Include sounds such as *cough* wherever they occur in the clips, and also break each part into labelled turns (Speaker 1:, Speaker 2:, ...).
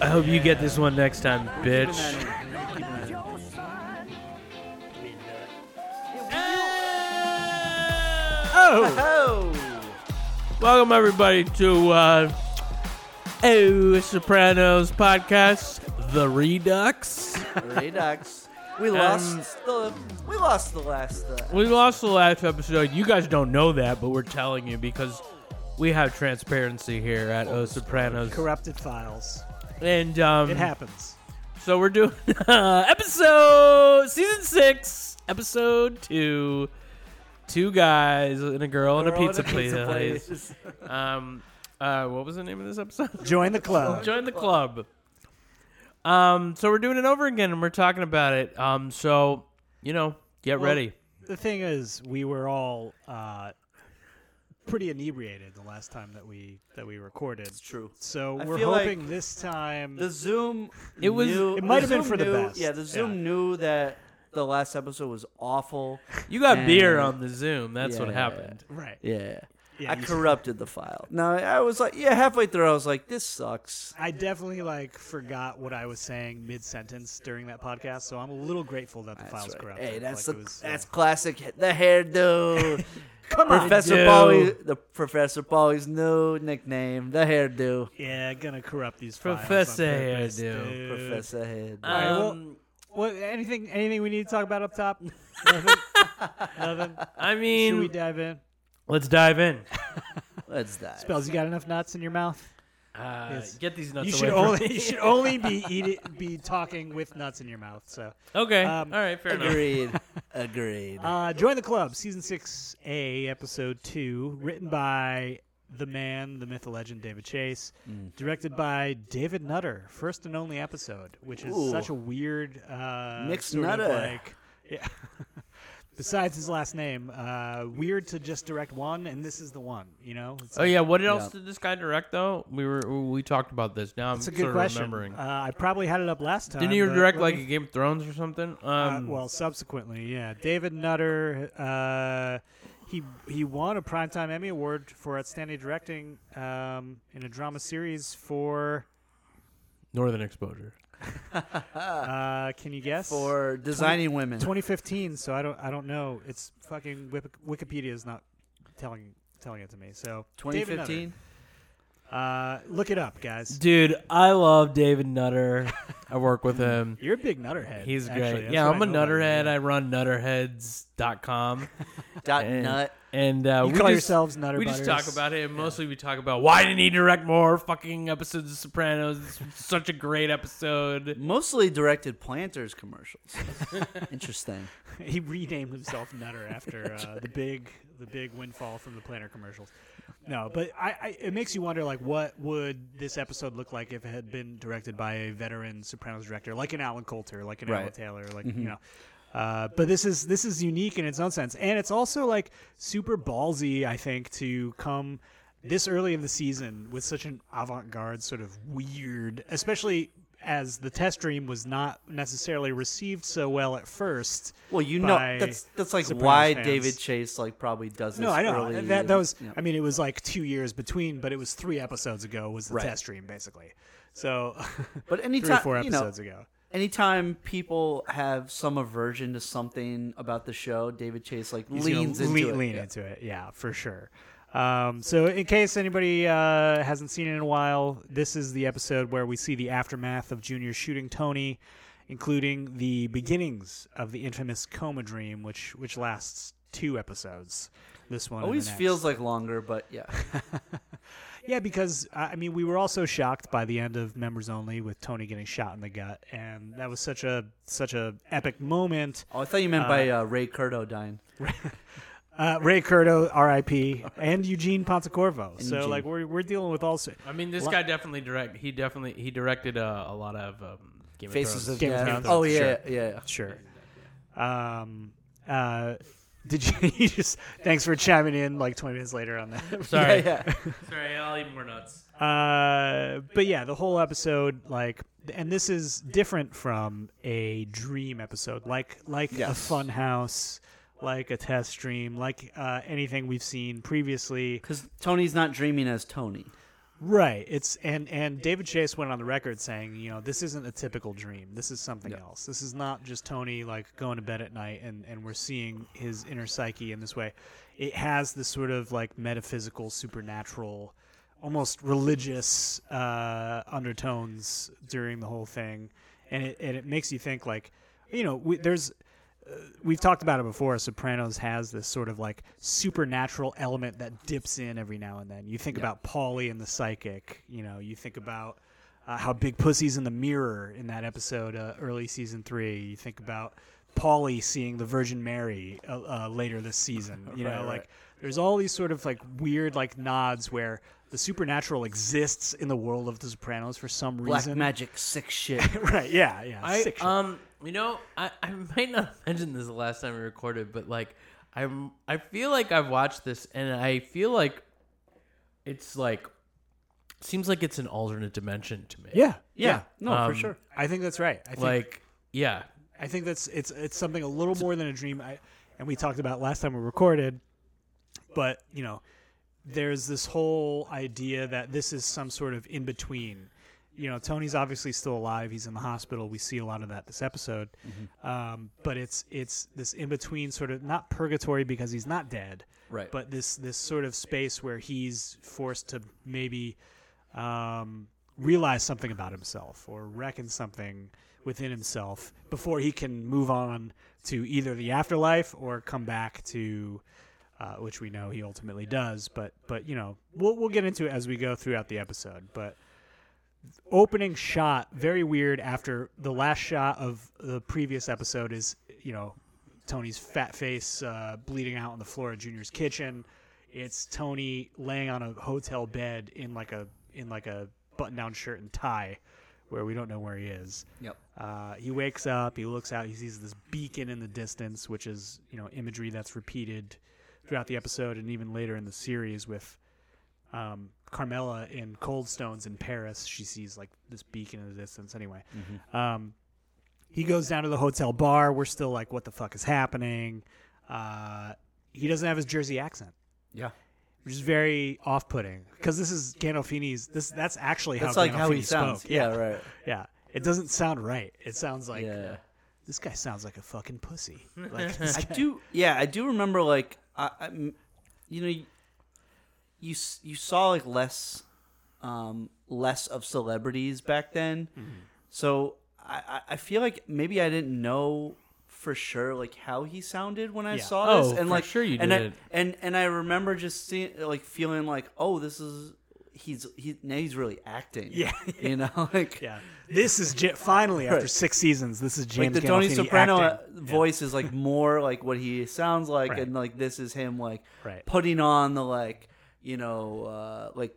Speaker 1: I hope you get this one next time, bitch. Oh! Welcome everybody to uh, Oh Sopranos podcast, The Redux.
Speaker 2: Redux. We lost the we lost the last uh,
Speaker 1: We lost the last episode. You guys don't know that, but we're telling you because we have transparency here at Oh Sopranos.
Speaker 3: corrupted files.
Speaker 1: And um,
Speaker 3: It happens.
Speaker 1: So we're doing *laughs* uh, episode season six, episode two. Two guys and a girl and a pizza, place. Um, uh, what was the name of this episode?
Speaker 3: Join the club.
Speaker 1: Join the club. Um, so we're doing it over again and we're talking about it. Um, so you know, get ready.
Speaker 3: The thing is, we were all uh, pretty inebriated the last time that we that we recorded. It's
Speaker 2: true.
Speaker 3: So
Speaker 2: I
Speaker 3: we're
Speaker 2: feel like
Speaker 3: hoping this time.
Speaker 2: the Zoom.
Speaker 1: It was-
Speaker 2: knew-
Speaker 3: It might have been
Speaker 2: Zoom
Speaker 3: for the
Speaker 2: knew-
Speaker 3: best.
Speaker 2: Yeah, the Zoom
Speaker 3: Yeah.
Speaker 2: knew that the last episode was awful.
Speaker 1: You got beer
Speaker 2: And-
Speaker 1: on the Zoom. That's what
Speaker 2: Yeah.
Speaker 1: happened.
Speaker 3: right.
Speaker 2: Yeah.
Speaker 3: Yeah,
Speaker 2: I
Speaker 3: you-
Speaker 2: corrupted the file. No, I was like, yeah, halfway through, I was like, this sucks.
Speaker 3: I definitely like forgot what I was saying mid sentence during that podcast, so I'm a little grateful that the
Speaker 2: That's
Speaker 3: file's
Speaker 2: right.
Speaker 3: corrupted.
Speaker 2: Hey, that's
Speaker 3: Like,
Speaker 2: the
Speaker 3: it was,
Speaker 2: that's
Speaker 3: uh,
Speaker 2: classic. The hairdo.
Speaker 3: *laughs* come on.
Speaker 2: Professor
Speaker 1: Dude.
Speaker 2: Pauly, the Professor Pauly's new nickname, the hairdo.
Speaker 3: Yeah, gonna corrupt these files. on
Speaker 1: Professor
Speaker 3: purpose,
Speaker 1: Hairdo.
Speaker 3: dude.
Speaker 2: Professor Head.
Speaker 3: right, well-
Speaker 1: Um,
Speaker 3: What? Anything? Anything we need to talk about up top? Nothing. Nothing.
Speaker 1: I
Speaker 3: Should we
Speaker 1: mean,
Speaker 3: dive in?
Speaker 1: let's dive in.
Speaker 2: Let's die.
Speaker 3: Spells, you got enough nuts in your mouth?
Speaker 1: Uh,
Speaker 3: Yes.
Speaker 1: Get these nuts
Speaker 3: you
Speaker 1: away
Speaker 3: should
Speaker 1: from
Speaker 2: *laughs*
Speaker 3: only
Speaker 1: me.
Speaker 3: you should only be eating be talking with nuts in your mouth. So,
Speaker 1: Okay.
Speaker 3: *laughs* um,
Speaker 1: All right. Fair enough.
Speaker 3: *laughs*
Speaker 2: Agreed. Agreed.
Speaker 3: uh, join the club, season six A, episode two, written by the man, the myth, the legend, David Chase,
Speaker 2: Mm.
Speaker 3: directed by David Nutter, first and only episode, which is
Speaker 2: Ooh.
Speaker 3: such a weird uh,
Speaker 2: Mixed
Speaker 3: sort of
Speaker 2: Nutter.
Speaker 3: like, yeah. *laughs* Besides his last name, uh, weird to just direct one, and this is the one. You know. It's
Speaker 1: Oh
Speaker 3: like-
Speaker 1: yeah, what else did this guy direct though? We were we talked about this. Now I'm
Speaker 3: It's a
Speaker 1: sort
Speaker 3: good
Speaker 1: of
Speaker 3: question.
Speaker 1: remembering.
Speaker 3: Uh, I probably had it up last time.
Speaker 1: Didn't you
Speaker 3: but
Speaker 1: direct
Speaker 3: let
Speaker 1: like
Speaker 3: me-
Speaker 1: a Game of Thrones or something?
Speaker 3: Uh,
Speaker 1: Um,
Speaker 3: well, subsequently, yeah. David Nutter, uh, he he won a Primetime Emmy Award for outstanding directing um, in a drama series for.
Speaker 1: Northern Exposure.
Speaker 3: Uh, can you guess?
Speaker 2: for designing women.
Speaker 3: 2015. So I don't I don't know. It's fucking Wip- Wikipedia is not telling telling it to me. So David Nutter.
Speaker 2: 2015.
Speaker 3: Uh, look it up, guys.
Speaker 1: Dude, I love David
Speaker 3: *laughs*
Speaker 1: Nutter. I work with him.
Speaker 3: You're a big Nutterhead.
Speaker 1: He's great.
Speaker 3: actually. That's
Speaker 1: yeah,
Speaker 3: what
Speaker 1: I'm a
Speaker 3: I know about you,
Speaker 1: Nutterhead.
Speaker 3: yeah.
Speaker 1: I run
Speaker 3: *laughs*
Speaker 1: Nutterheads.com.
Speaker 2: Dot
Speaker 1: and,
Speaker 2: nut.
Speaker 1: And uh,
Speaker 3: You
Speaker 1: we
Speaker 3: call
Speaker 1: just,
Speaker 3: yourselves Nutter
Speaker 1: We just
Speaker 3: Butters.
Speaker 1: talk about him. Mostly, we talk about why didn't he direct more fucking episodes of Sopranos? It's such a great episode.
Speaker 2: Mostly directed planters *laughs* commercials. Interesting.
Speaker 3: *laughs* he renamed himself Nutter after uh, the big the big windfall from the planner commercials. No, but I, I it makes you wonder like what would this episode look like if it had been directed by a veteran Sopranos director like an Alan Coulter, like an Alan
Speaker 2: Right.
Speaker 3: Taylor, like you know. Uh, but this is this is unique in its own sense, and it's also like super ballsy, I think, to come this early in the season with such an avant-garde sort of weird, especially as the test stream was not necessarily received so well at first.
Speaker 2: Well, you
Speaker 3: by
Speaker 2: know that's that's like
Speaker 3: Sopranos
Speaker 2: why
Speaker 3: fans.
Speaker 2: David Chase like probably does this
Speaker 3: No, I know
Speaker 2: early.
Speaker 3: that that was.
Speaker 2: Yeah.
Speaker 3: I mean, it was like two years between, but it was three episodes ago. Was the
Speaker 2: Right.
Speaker 3: test stream basically? So, *laughs*
Speaker 2: But
Speaker 3: three or
Speaker 2: anytime
Speaker 3: four
Speaker 2: you know,
Speaker 3: episodes ago.
Speaker 2: anytime people have some aversion to something about the show, David Chase like
Speaker 3: He's gonna
Speaker 2: leans
Speaker 3: le-
Speaker 2: into it.
Speaker 3: lean
Speaker 2: Yeah.
Speaker 3: into it. Yeah, for sure. Um, so, in case anybody uh, hasn't seen it in a while, this is the episode where we see the aftermath of Junior shooting Tony, including the beginnings of the infamous coma dream, which which lasts two episodes. This one and the
Speaker 2: Always
Speaker 3: next.
Speaker 2: feels like longer, but yeah.
Speaker 3: Yeah, because uh, I I mean, we were also shocked by the end of Members Only with Tony getting shot in the gut, and that was such a such a epic moment.
Speaker 2: Oh, I thought you meant by uh, Ray Curto dying.
Speaker 3: Uh, Ray Curto, R.I.P., and Eugene Pontecorvo. so
Speaker 2: Eugene.
Speaker 3: like we're we're dealing with all sorts.
Speaker 1: I mean, this guy definitely direct. He definitely he directed uh, a lot of um, Game
Speaker 2: Faces
Speaker 1: of Thrones.
Speaker 2: of
Speaker 3: Game of
Speaker 2: Death.
Speaker 3: Thrones.
Speaker 2: Oh yeah, *laughs*
Speaker 3: Sure.
Speaker 2: yeah. yeah.
Speaker 3: Sure. Um. Uh. Did you, *laughs* you just? Thanks for chiming in like 20 minutes later on that.
Speaker 1: Sorry,
Speaker 2: *laughs* Yeah, yeah.
Speaker 1: sorry, I'll eat more nuts.
Speaker 3: Uh, but yeah, the whole episode, like, and this is different from a dream episode, like, like a
Speaker 2: Yes.
Speaker 3: fun house, like a test stream, like uh, anything we've seen previously.
Speaker 2: Because Tony's not dreaming as Tony.
Speaker 3: Right. It's and and David Chase went on the record saying, you know, this isn't a typical dream. This is something else. This is not just Tony like going to bed at night and and we're seeing his inner psyche in this way. It has this sort of like metaphysical, supernatural, almost religious uh, undertones during the whole thing, and it and it makes you think like, you know, we, there's we've talked about it before. Sopranos has this sort of like supernatural element that dips in every now and then. You think about Paulie and the psychic. You know, you think about uh, how big pussy's in the mirror in that episode, uh, early season three. You think about Paulie seeing the Virgin Mary uh, uh, later
Speaker 2: *laughs*
Speaker 3: this season. You know, like there's all these sort of like weird like nods where the supernatural exists in the world of The Sopranos for some
Speaker 2: Black
Speaker 3: reason.
Speaker 2: magic, uh, sick shit.
Speaker 3: *laughs* right? Yeah, yeah.
Speaker 1: I
Speaker 3: sick shit.
Speaker 1: um, you know, I, I might not have mentioned this the last time we recorded, but like, I'm I feel like I've watched this, and I feel like it's like seems like it's an alternate dimension to me.
Speaker 3: yeah,
Speaker 2: Yeah, no, for
Speaker 1: Um,
Speaker 2: sure.
Speaker 3: I think that's right. I think
Speaker 1: like yeah,
Speaker 3: I think that's it's it's something a little more than a dream. I and we talked about it last time we recorded, but you know, there's this whole idea that this is some sort of in between. You know, Tony's obviously still alive. He's in the hospital. We see a lot of that this episode, um, but it's it's this in between sort of not purgatory because he's not dead,
Speaker 2: Right.
Speaker 3: But this this sort of space where he's forced to maybe um, realize something about himself or reckon something within himself before he can move on to either the afterlife or come back to uh, which we know he ultimately does but but you know we'll, we'll get into it as we go throughout the episode but opening shot very weird after the last shot of the previous episode is you know tony's fat face uh, bleeding out on the floor of junior's kitchen it's tony laying on a hotel bed in like a in like a button-down shirt and tie where we don't know where he is
Speaker 2: Yep.
Speaker 3: uh, he wakes up he looks out he sees this beacon in the distance which is you know imagery that's repeated throughout the episode and even later in the series with um, Carmela in Cold Stones in Paris, she sees like this beacon in the distance. Anyway,
Speaker 2: Mm-hmm.
Speaker 3: um, he goes down to the hotel bar. We're still like, what the fuck is happening? Uh, he doesn't have his Jersey accent,
Speaker 2: Yeah.
Speaker 3: which is very off-putting because this is Gandolfini's. This that's actually
Speaker 2: That's
Speaker 3: how
Speaker 2: like how he
Speaker 3: Gandolfini
Speaker 2: sounds.
Speaker 3: spoke.
Speaker 2: Yeah, right.
Speaker 3: yeah. It doesn't sound right. It sounds like
Speaker 2: Yeah.
Speaker 3: this guy sounds like a fucking pussy. Like, this
Speaker 2: I
Speaker 3: guy-
Speaker 2: do. Yeah, I do remember. Like, I, I- m- you know, you, you s- you saw like less, um, less of celebrities back then. So I, I- I feel like maybe I didn't know for sure like how he sounded when I
Speaker 3: Yeah.
Speaker 2: saw this,
Speaker 1: Oh, for
Speaker 2: and like
Speaker 1: sure you
Speaker 2: and I-
Speaker 1: did.
Speaker 2: and and I remember just seeing like feeling like, oh, this is he's he now he's really acting.
Speaker 3: Yeah.
Speaker 2: you know, *laughs* like
Speaker 3: yeah. This is Ja- finally after
Speaker 2: Right.
Speaker 3: six seasons. This is
Speaker 2: like
Speaker 3: James
Speaker 2: the Tony
Speaker 3: Gandolfini
Speaker 2: Soprano uh,
Speaker 3: acting. Yeah.
Speaker 2: voice is like more like what he sounds like,
Speaker 3: Right.
Speaker 2: and like this is him like
Speaker 3: Right.
Speaker 2: putting on the like you know uh, like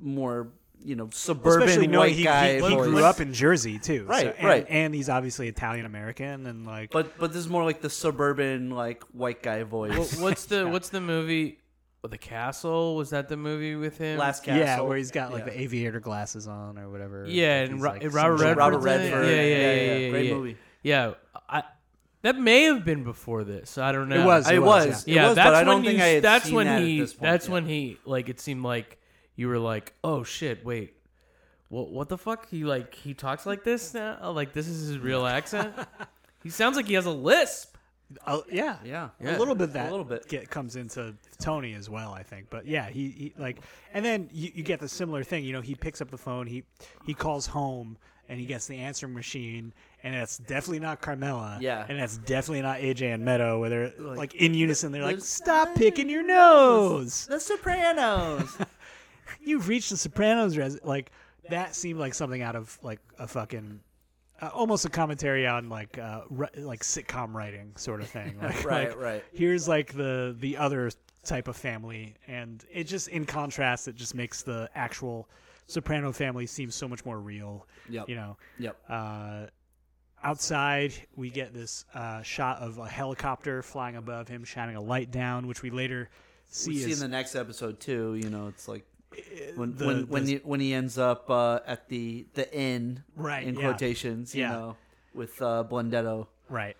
Speaker 2: more you know suburban
Speaker 3: especially knowing
Speaker 2: white
Speaker 3: he,
Speaker 2: guy
Speaker 3: he, he
Speaker 2: voice.
Speaker 3: grew up in Jersey too.
Speaker 2: Right,
Speaker 3: and,
Speaker 2: right.
Speaker 3: And he's obviously Italian American, and like
Speaker 2: but but this is more like the suburban like white guy voice. *laughs*
Speaker 1: Wh- what's the what's the movie? the castle was that the movie with him?
Speaker 2: Last Castle.
Speaker 3: Yeah, where he's got like
Speaker 2: Yeah.
Speaker 3: the aviator glasses on or whatever.
Speaker 1: Yeah,
Speaker 3: Like,
Speaker 1: and
Speaker 3: he's,
Speaker 1: Ro-
Speaker 3: like,
Speaker 1: and Robert Redford.
Speaker 3: some sort of-
Speaker 2: Robert Redford.
Speaker 1: Yeah, yeah, yeah,
Speaker 2: Yeah,
Speaker 1: yeah,
Speaker 2: yeah,
Speaker 1: yeah,
Speaker 2: great
Speaker 1: yeah.
Speaker 2: movie.
Speaker 1: Yeah, I, that may have been before this. I don't know.
Speaker 3: It was.
Speaker 2: I- It
Speaker 3: was,
Speaker 2: was.
Speaker 1: yeah,
Speaker 2: it was,
Speaker 1: that's
Speaker 2: but I don't
Speaker 1: when
Speaker 2: think
Speaker 1: you,
Speaker 2: I had
Speaker 1: that's
Speaker 2: seen
Speaker 1: when
Speaker 2: that
Speaker 1: he.
Speaker 2: at this point.
Speaker 1: that's
Speaker 2: yeah.
Speaker 1: when he. Like it seemed like you were like, oh shit, wait, what? What the fuck? He like he talks like this now. Oh, Like this is his real accent. he sounds like he has a lisp.
Speaker 3: Oh, yeah,
Speaker 2: Yeah.
Speaker 3: a little bit of that
Speaker 2: A little bit.
Speaker 3: get, comes into Tony as well, I think. But yeah, he, he like, and then you, you get the similar thing. You know, he picks up the phone, he he calls home, and he gets the answering machine, and that's definitely not Carmela.
Speaker 2: Yeah.
Speaker 3: and that's definitely not AJ and Meadow. Where they're like, in unison, they're like,
Speaker 2: there's-
Speaker 3: "Stop picking your nose!
Speaker 2: The Sopranos.
Speaker 3: You've reached the Sopranos." Res-. Like that seemed like something out of like a fucking. Uh, almost a commentary on like uh, ri- like sitcom writing sort of thing.
Speaker 2: *laughs*
Speaker 3: Like,
Speaker 2: Right,
Speaker 3: like,
Speaker 2: right.
Speaker 3: here's like the the other type of family and it just in contrast it just makes the actual soprano family seem so much more real
Speaker 2: Yep.
Speaker 3: you know
Speaker 2: *laughs* Yep.
Speaker 3: uh outside we get this uh shot of a helicopter flying above him shining a light down which we later see,
Speaker 2: We see in
Speaker 3: is,
Speaker 2: the next episode too. You know, it's like when
Speaker 3: Eh, the-
Speaker 2: when
Speaker 3: the-
Speaker 2: when, he, when he ends up uh, at the the inn,
Speaker 3: Right,
Speaker 2: In
Speaker 3: yeah.
Speaker 2: quotations, you
Speaker 3: Yeah.
Speaker 2: know, with uh, Blendetto.
Speaker 3: right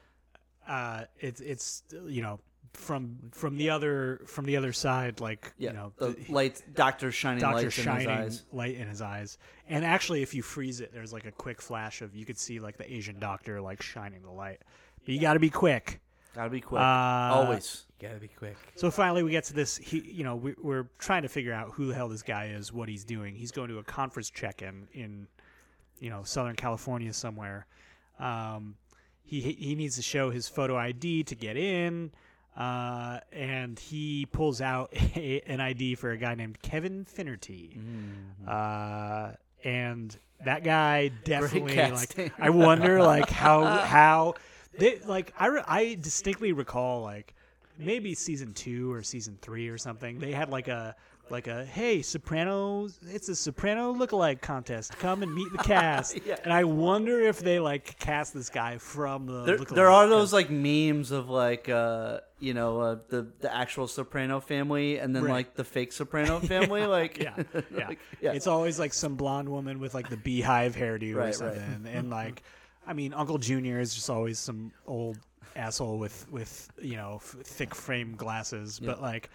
Speaker 3: uh it's it's you know from from the other from the other side like
Speaker 2: Yeah,
Speaker 3: you know
Speaker 2: the
Speaker 3: the-
Speaker 2: lights, doctor shining
Speaker 3: Doctor
Speaker 2: lights
Speaker 3: shining
Speaker 2: in his eyes.
Speaker 3: light in his eyes. And actually, if you freeze it, there's like a quick flash of you could see like the Asian doctor like shining the light. But you got to be quick.
Speaker 2: Gotta be quick,
Speaker 3: Uh,
Speaker 2: always.
Speaker 1: You gotta be quick.
Speaker 3: So finally, we get to this. He, you know, we, we're trying to figure out who the hell this guy is, what he's doing. He's going to a conference check-in in, you know, Southern California somewhere. Um, he he needs to show his photo ID to get in, uh, and he pulls out *laughs* a, an ID for a guy named Kevin Finnerty. Uh, and that guy definitely
Speaker 2: casting.
Speaker 3: like I wonder
Speaker 2: *laughs*
Speaker 3: like how
Speaker 2: Uh.
Speaker 3: how they like I re- I distinctly recall like maybe season 2 or season 3 or something they had like a like a hey Sopranos it's a Soprano lookalike contest come
Speaker 2: *laughs*
Speaker 3: and meet the cast and I wonder if they like cast this guy from the
Speaker 2: There,
Speaker 3: lookalike
Speaker 2: there are those like memes of like uh you know uh, the the actual Soprano family and then
Speaker 3: Right.
Speaker 2: like the fake Soprano
Speaker 3: *laughs*
Speaker 2: family like *laughs*
Speaker 3: yeah, yeah.
Speaker 2: Like, yeah.
Speaker 3: It's always like some blonde woman with like the beehive hairdo
Speaker 2: Right,
Speaker 3: or
Speaker 2: right.
Speaker 3: something,
Speaker 2: *laughs*
Speaker 3: and like, I mean, Uncle Junior is just always some old asshole with with you know f- thick frame glasses, but like,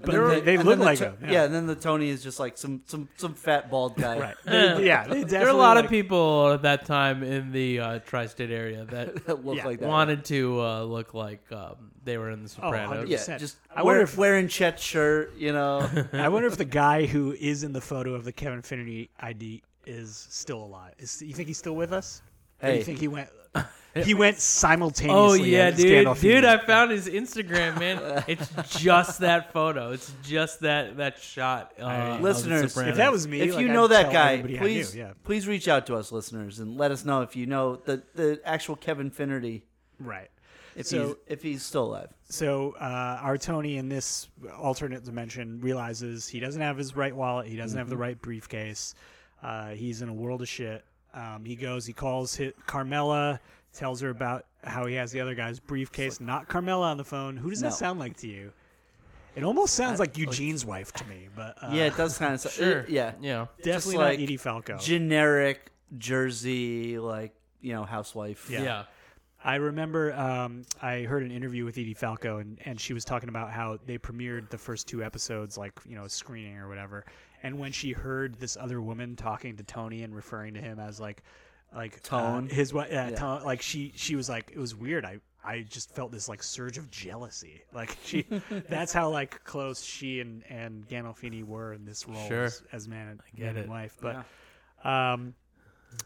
Speaker 3: but
Speaker 2: And
Speaker 3: they,
Speaker 2: then-
Speaker 3: they
Speaker 2: and
Speaker 3: look
Speaker 2: then the
Speaker 3: like
Speaker 2: To-
Speaker 3: him.
Speaker 2: Yeah. and then the Tony is just like some some some fat bald guy.
Speaker 3: right. They- yeah, they
Speaker 1: There are a lot
Speaker 3: definitely,
Speaker 1: of people at that time in the uh, tri-state area
Speaker 2: *laughs*
Speaker 1: that
Speaker 2: *laughs* that look
Speaker 3: Yeah.
Speaker 2: like that.
Speaker 1: wanted to uh, look like um, they were in
Speaker 2: Oh,
Speaker 1: The Sopranos.
Speaker 3: 100%.
Speaker 2: yeah,
Speaker 3: Percent.
Speaker 2: just
Speaker 3: I
Speaker 2: wear,
Speaker 3: wonder if-
Speaker 2: wearing Chet's shirt, you
Speaker 3: *laughs*
Speaker 2: know.
Speaker 3: like- I wonder if the guy who is in the photo of the Kevin Finnerty ID is still alive. Is you think he's still with us? Or do
Speaker 2: Hey.
Speaker 3: you think he
Speaker 2: *laughs*
Speaker 3: went? He went simultaneously.
Speaker 1: Oh yeah,
Speaker 3: as
Speaker 1: dude,
Speaker 3: Gandalf
Speaker 1: dude!
Speaker 3: Jr.
Speaker 1: I found his Instagram, man. It's just that photo. It's just that that shot. Uh, of The
Speaker 2: Listeners, if
Speaker 3: If
Speaker 1: Sopranos.
Speaker 3: that was me,
Speaker 2: if
Speaker 3: like,
Speaker 2: you
Speaker 3: I'd
Speaker 2: know that
Speaker 3: tell
Speaker 2: guy,
Speaker 3: everybody I
Speaker 2: please
Speaker 3: knew, yeah.
Speaker 2: please reach out to us, listeners, and let us know if you know the the actual Kevin Finnerty,
Speaker 3: Right.
Speaker 2: if
Speaker 3: So-
Speaker 2: he's if he's still alive.
Speaker 3: So uh, our Tony in this alternate dimension realizes he doesn't have his right wallet. He doesn't have
Speaker 2: Mm-hmm.
Speaker 3: the right briefcase. Uh, he's in a world of shit. Um, he goes. He calls hit Carmela. Tells her about how he has the other guy's briefcase, not Carmela on the phone. Who does
Speaker 2: No.
Speaker 3: that sound like to you? It almost sounds like Eugene's wife to me, but uh,
Speaker 2: yeah, it does
Speaker 3: *laughs*
Speaker 2: kind of sound.
Speaker 1: sure,
Speaker 2: yeah,
Speaker 1: yeah.
Speaker 2: just
Speaker 3: definitely
Speaker 2: like
Speaker 3: not Edie Falco.
Speaker 2: generic Jersey, like you know, housewife.
Speaker 3: Yeah.
Speaker 1: yeah.
Speaker 3: I remember um, I heard an interview with Edie Falco, and, and she was talking about how they premiered the first two episodes, like, you know, screening or whatever. And when she heard this other woman talking to Tony and referring to him as, like, like uh,
Speaker 2: Tone.
Speaker 3: his what yeah,
Speaker 2: Yeah.
Speaker 3: Tone, like she she was like it was weird i i just felt this like surge of jealousy like she that's how like close she and and Gandolfini were in this role
Speaker 1: Sure.
Speaker 3: as, as man, man
Speaker 1: it.
Speaker 3: and wife but um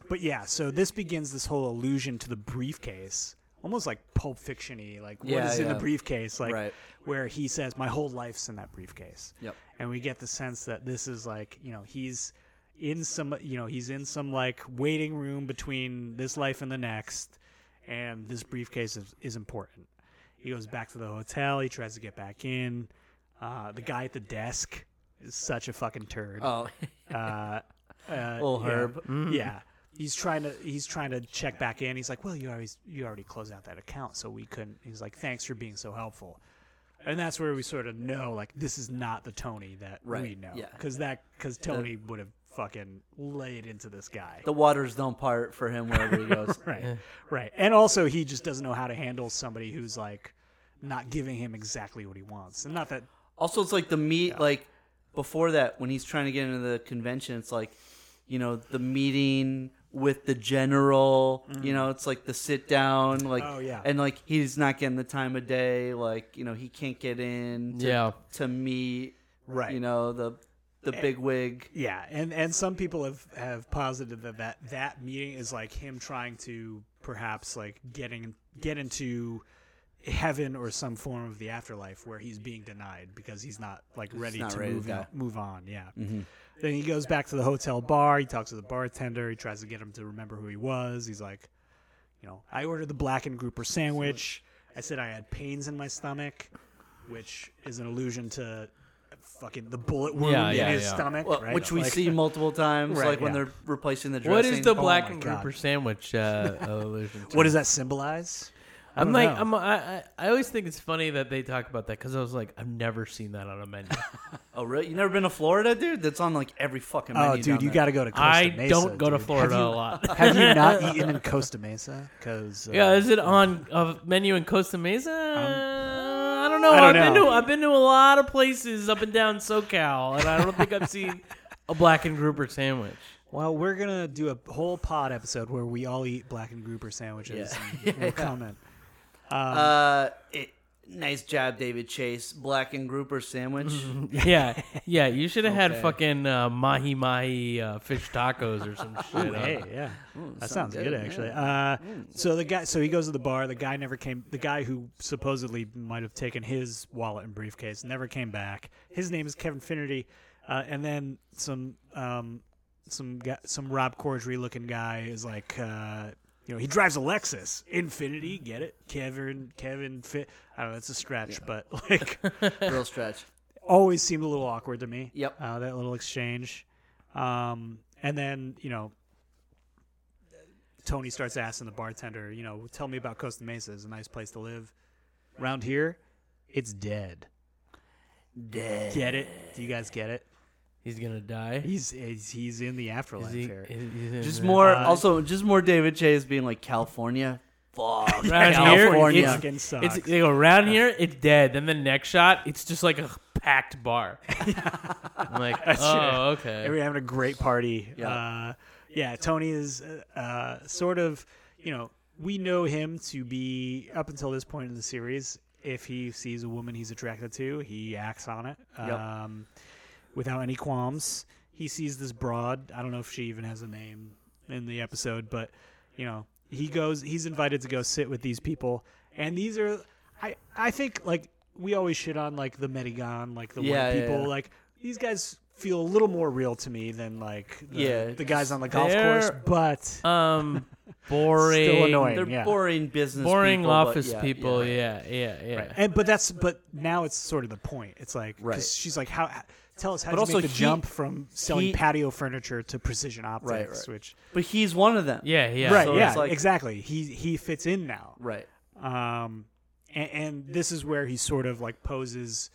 Speaker 3: but yeah, so this begins this whole allusion to the briefcase, almost like Pulp Fiction-y, like what
Speaker 2: Yeah,
Speaker 3: is in
Speaker 2: yeah.
Speaker 3: the briefcase, like
Speaker 2: Right.
Speaker 3: where he says, "My whole life's in that briefcase."
Speaker 2: Yep.
Speaker 3: And we get the sense that this is like, you know, he's in some, you know, he's in some like waiting room between this life and the next, and this briefcase is, is important. He goes back to the hotel. He tries to get back in. Uh, the guy at the desk is such a fucking turd.
Speaker 2: Oh, *laughs*
Speaker 3: Uh, uh,
Speaker 2: Little
Speaker 3: yeah.
Speaker 2: Herb.
Speaker 3: Yeah. He's trying to he's trying to check back in. He's like, "Well, you always you already closed out that account, so we couldn't." He's like, "Thanks for being so helpful." and that's where we sort of know like this is not the Tony that we
Speaker 2: Right,
Speaker 3: know
Speaker 2: yeah.
Speaker 3: because that because Tony would have fucking laid into this guy.
Speaker 2: The waters don't part for him wherever he goes.
Speaker 3: *laughs* Right. Right. And also he just doesn't know how to handle somebody who's like not giving him exactly what he wants. And not that
Speaker 2: Also, it's like the meet, like before that, when he's trying to get into the convention, it's like, you know, the meeting with the general. You know, it's like the sit down, like,
Speaker 3: Mm. Oh, yeah.
Speaker 2: and like he's not getting the time of day. Like, you know, he can't get in. To,
Speaker 1: Yeah.
Speaker 2: to meet,
Speaker 3: Right. Eh.
Speaker 2: You know, the the big wig.
Speaker 3: yeah, and and some people have have posited that that that meeting is like him trying to perhaps like getting get into heaven or some form of the afterlife where he's being denied because he's not like ready
Speaker 2: not
Speaker 3: to
Speaker 2: ready to
Speaker 3: move
Speaker 2: go.
Speaker 3: on, move on. Yeah. Then he goes back to the hotel bar. He talks to the bartender. He tries to get him to remember who he was. He's like, you know, I ordered the blackened grouper sandwich. I said I had pains in my stomach, which is an allusion to fucking the bullet wound
Speaker 1: Yeah, yeah,
Speaker 3: in his
Speaker 1: yeah.
Speaker 3: stomach,
Speaker 2: Well,
Speaker 3: right?
Speaker 2: which we
Speaker 3: Like- *laughs*
Speaker 2: see multiple times,
Speaker 3: Right,
Speaker 2: like when
Speaker 3: yeah.
Speaker 2: they're replacing the dressing.
Speaker 1: What is the black
Speaker 3: oh my
Speaker 1: and
Speaker 3: God.
Speaker 1: grouper sandwich
Speaker 3: *laughs*
Speaker 1: uh, allusion to?
Speaker 3: What does that symbolize? I
Speaker 1: I'm
Speaker 3: don't
Speaker 1: like,
Speaker 3: know.
Speaker 1: I'm, I, I I always think it's funny that they talk about that because I was like, I've never seen that on a
Speaker 3: *laughs*
Speaker 1: menu.
Speaker 2: Oh, really? You never been to Florida, dude? That's on like every fucking.
Speaker 3: Oh,
Speaker 2: Menu
Speaker 3: dude,
Speaker 2: down
Speaker 3: you
Speaker 2: there.
Speaker 3: got to go to. Costa
Speaker 1: I
Speaker 3: Mesa,
Speaker 1: don't go to
Speaker 3: dude.
Speaker 1: Florida
Speaker 3: Have
Speaker 1: a
Speaker 3: you,
Speaker 1: lot.
Speaker 3: Have
Speaker 1: *laughs*
Speaker 3: you not eaten in Costa Mesa? Because uh,
Speaker 1: yeah, is it on a menu in Costa Mesa? I don't know.
Speaker 3: Um, I don't
Speaker 1: have been
Speaker 3: know.
Speaker 1: to I've been to a lot of places up and down SoCal, and I don't think I've seen a black and grouper sandwich.
Speaker 3: Well, we're gonna do a whole pod episode where we all eat black and grouper sandwiches.
Speaker 1: *laughs*
Speaker 3: And we'll comment.
Speaker 2: Uh, it, nice job, David Chase. Black and
Speaker 1: *laughs*
Speaker 2: grouper sandwich.
Speaker 1: Yeah, yeah. You should have had fucking uh, mahi mahi uh, fish tacos or
Speaker 3: *laughs*
Speaker 1: some shit. on
Speaker 3: Hey,
Speaker 1: it.
Speaker 3: yeah, that uh, sounds good, actually. Uh, so the guy, so he goes to the bar. The guy never came. The guy who supposedly might have taken his wallet and briefcase never came back. His name is Kevin Finnerty, uh, and then some um, some guy, some Rob Corddry looking guy is like. Uh, you know, he drives a Lexus, Infinity. Get it, Kevin? Kevin, Fi- I don't know. That's a stretch, but *laughs* like,
Speaker 2: Real stretch.
Speaker 3: always seemed a little awkward to me.
Speaker 2: Yep.
Speaker 3: Uh, that little exchange. Um, and then, you know, Tony starts asking the bartender, you know, tell me about Costa Mesa. It's a nice place to live. Round here, it's dead.
Speaker 2: Dead.
Speaker 3: Get it? Do you guys get it?
Speaker 1: he's gonna die.
Speaker 3: He's he's, he's in the afterlife
Speaker 1: Is he-
Speaker 3: here.
Speaker 1: is- is he-
Speaker 2: Just more. also, just more David Chase being like California.
Speaker 1: *laughs*
Speaker 2: Fuck.
Speaker 1: *laughs* Around
Speaker 3: California
Speaker 1: here,
Speaker 3: fucking
Speaker 1: it's,
Speaker 3: sucks.
Speaker 1: it's they go around here, it's dead. Then the next shot, it's just like a packed
Speaker 3: *laughs*
Speaker 1: bar. I'm like, oh, okay.
Speaker 3: They were having a great party.
Speaker 2: Yeah.
Speaker 3: Uh, yeah, Tony is uh, uh, sort of, you know, we know him to be up until this point in the series. If he sees a woman he's attracted to, he acts on it um, without any qualms. He sees this broad. I don't know if she even has a name in the episode, but you know, he goes. He's invited to go sit with these people, and these are. I I think like we always shit on like the Medigon, like the
Speaker 2: Yeah,
Speaker 3: white
Speaker 2: yeah,
Speaker 3: people,
Speaker 2: yeah.
Speaker 3: like these guys feel a little more real to me than like the,
Speaker 2: Yeah,
Speaker 3: the guys on the golf
Speaker 1: they're-
Speaker 3: course, but
Speaker 1: um, boring,
Speaker 3: *laughs* still annoying.
Speaker 2: They're
Speaker 3: yeah.
Speaker 2: boring business.
Speaker 1: boring
Speaker 2: people, but
Speaker 1: office
Speaker 2: yeah,
Speaker 1: people.
Speaker 2: yeah.
Speaker 1: Yeah, yeah, yeah.
Speaker 3: And but that's but now it's sort of the point. It's like 'cause
Speaker 2: Right.
Speaker 3: she's like how tell us how
Speaker 2: But
Speaker 3: to
Speaker 2: also
Speaker 3: make the
Speaker 2: he-
Speaker 3: jump from selling
Speaker 2: he-
Speaker 3: patio furniture to precision optics,
Speaker 2: right.
Speaker 3: which
Speaker 2: But he's one of them.
Speaker 1: Yeah, yeah.
Speaker 3: right,
Speaker 2: so
Speaker 3: yeah,
Speaker 2: it's like-
Speaker 3: exactly. He he fits in now.
Speaker 2: Right.
Speaker 3: um, and, and this is where he sort of like poses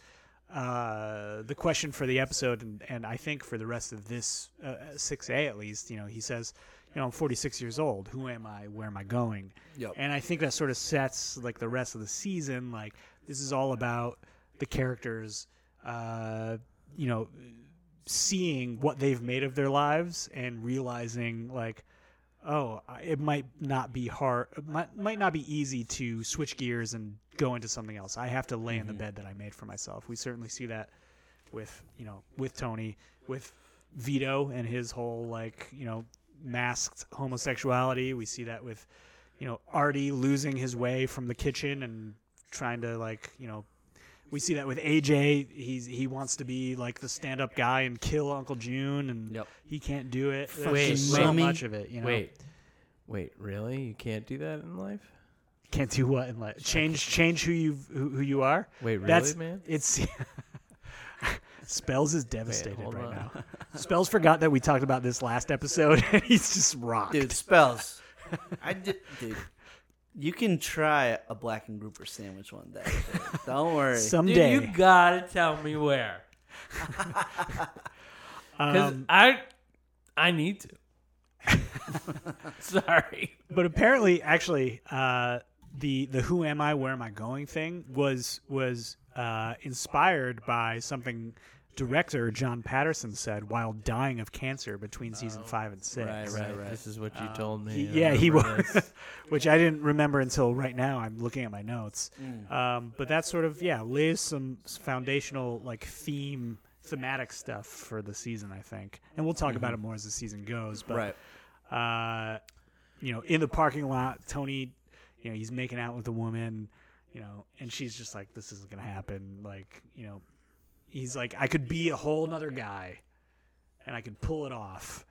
Speaker 3: uh, the question for the episode, and, and I think for the rest of this uh, six A at least, you know, he says, you know, I'm 46 years old. Who am I? Where am I going?
Speaker 2: Yep.
Speaker 3: And I think that sort of sets like the rest of the season. Like this is all about the characters, uh, you know, seeing what they've made of their lives and realizing like oh, I- it might not be hard, it might, might not be easy to switch gears and go into something else. I have to lay in the bed that I made for myself. We certainly see that with, you know, with Tony, with Vito and his whole, like, you know, masked homosexuality. We see that with, you know, Artie losing his way from the kitchen and trying to, like, you know, we see that with AJ. He's he wants to be like the stand-up guy and kill Uncle June, and
Speaker 2: Yep.
Speaker 3: he can't do it. There's
Speaker 1: Wait,
Speaker 3: just
Speaker 1: wait.
Speaker 3: so much of it. You know?
Speaker 1: Wait, wait, really? You can't do that in life?
Speaker 3: can't do what and let change change who you who, who you are.
Speaker 1: Wait, really,
Speaker 3: That's
Speaker 1: man?
Speaker 3: it's *laughs* Spells is devastated
Speaker 1: hold
Speaker 3: right
Speaker 1: on.
Speaker 3: now. Spells forgot that we talked *laughs* about this last episode. and He's just rocked.
Speaker 2: Dude, spells. I did, dude. You can try a black and grouper sandwich one *laughs* day. Don't worry.
Speaker 1: Dude,
Speaker 3: Someday.
Speaker 1: you gotta tell me where, because
Speaker 3: *laughs* Um,
Speaker 1: I, I need to. *laughs* Sorry.
Speaker 3: but apparently, actually, uh, the the "Who am I? Where am I going?" thing was was uh, inspired by something director John Patterson said while dying of cancer between season five and six.
Speaker 1: This is what you
Speaker 2: Um,
Speaker 1: told me.
Speaker 3: He- yeah, he
Speaker 1: remember
Speaker 3: was,
Speaker 1: this.
Speaker 3: *laughs* which I didn't remember until right now. I'm looking at my notes,
Speaker 1: Mm.
Speaker 3: um, but that sort of yeah lays some s- foundational like theme thematic stuff for the season, I think, and we'll talk about it
Speaker 1: Mm-hmm.
Speaker 3: more as the season goes. But
Speaker 2: Right.
Speaker 3: uh, you know, in the parking lot, Tony, you know, he's making out with a woman, you know, and she's just like, "This isn't gonna happen." Like, you know, he's like, "I could be a whole nother guy, and I could pull it off,"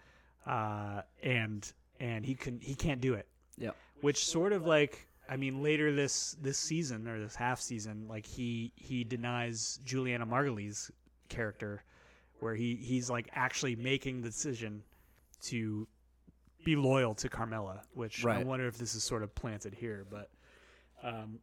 Speaker 3: uh, and and he can he can't do it
Speaker 2: Yep.
Speaker 3: which sort of like I mean later this this season or this half season like he he denies Juliana Margulies character where he he's like actually making the decision to be loyal to Carmela which I
Speaker 2: Right.
Speaker 3: wonder if this is sort of planted here but um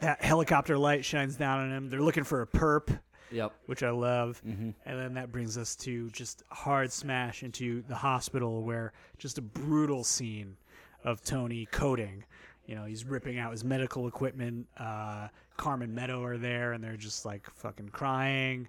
Speaker 3: that helicopter light shines down on him they're looking for a perp
Speaker 2: Yep.
Speaker 3: which I love. And then that brings us to just hard smash into the hospital where just a brutal scene of Tony coding. You know, he's ripping out his medical equipment. Uh, Carmen Meadow are there and they're just like fucking crying.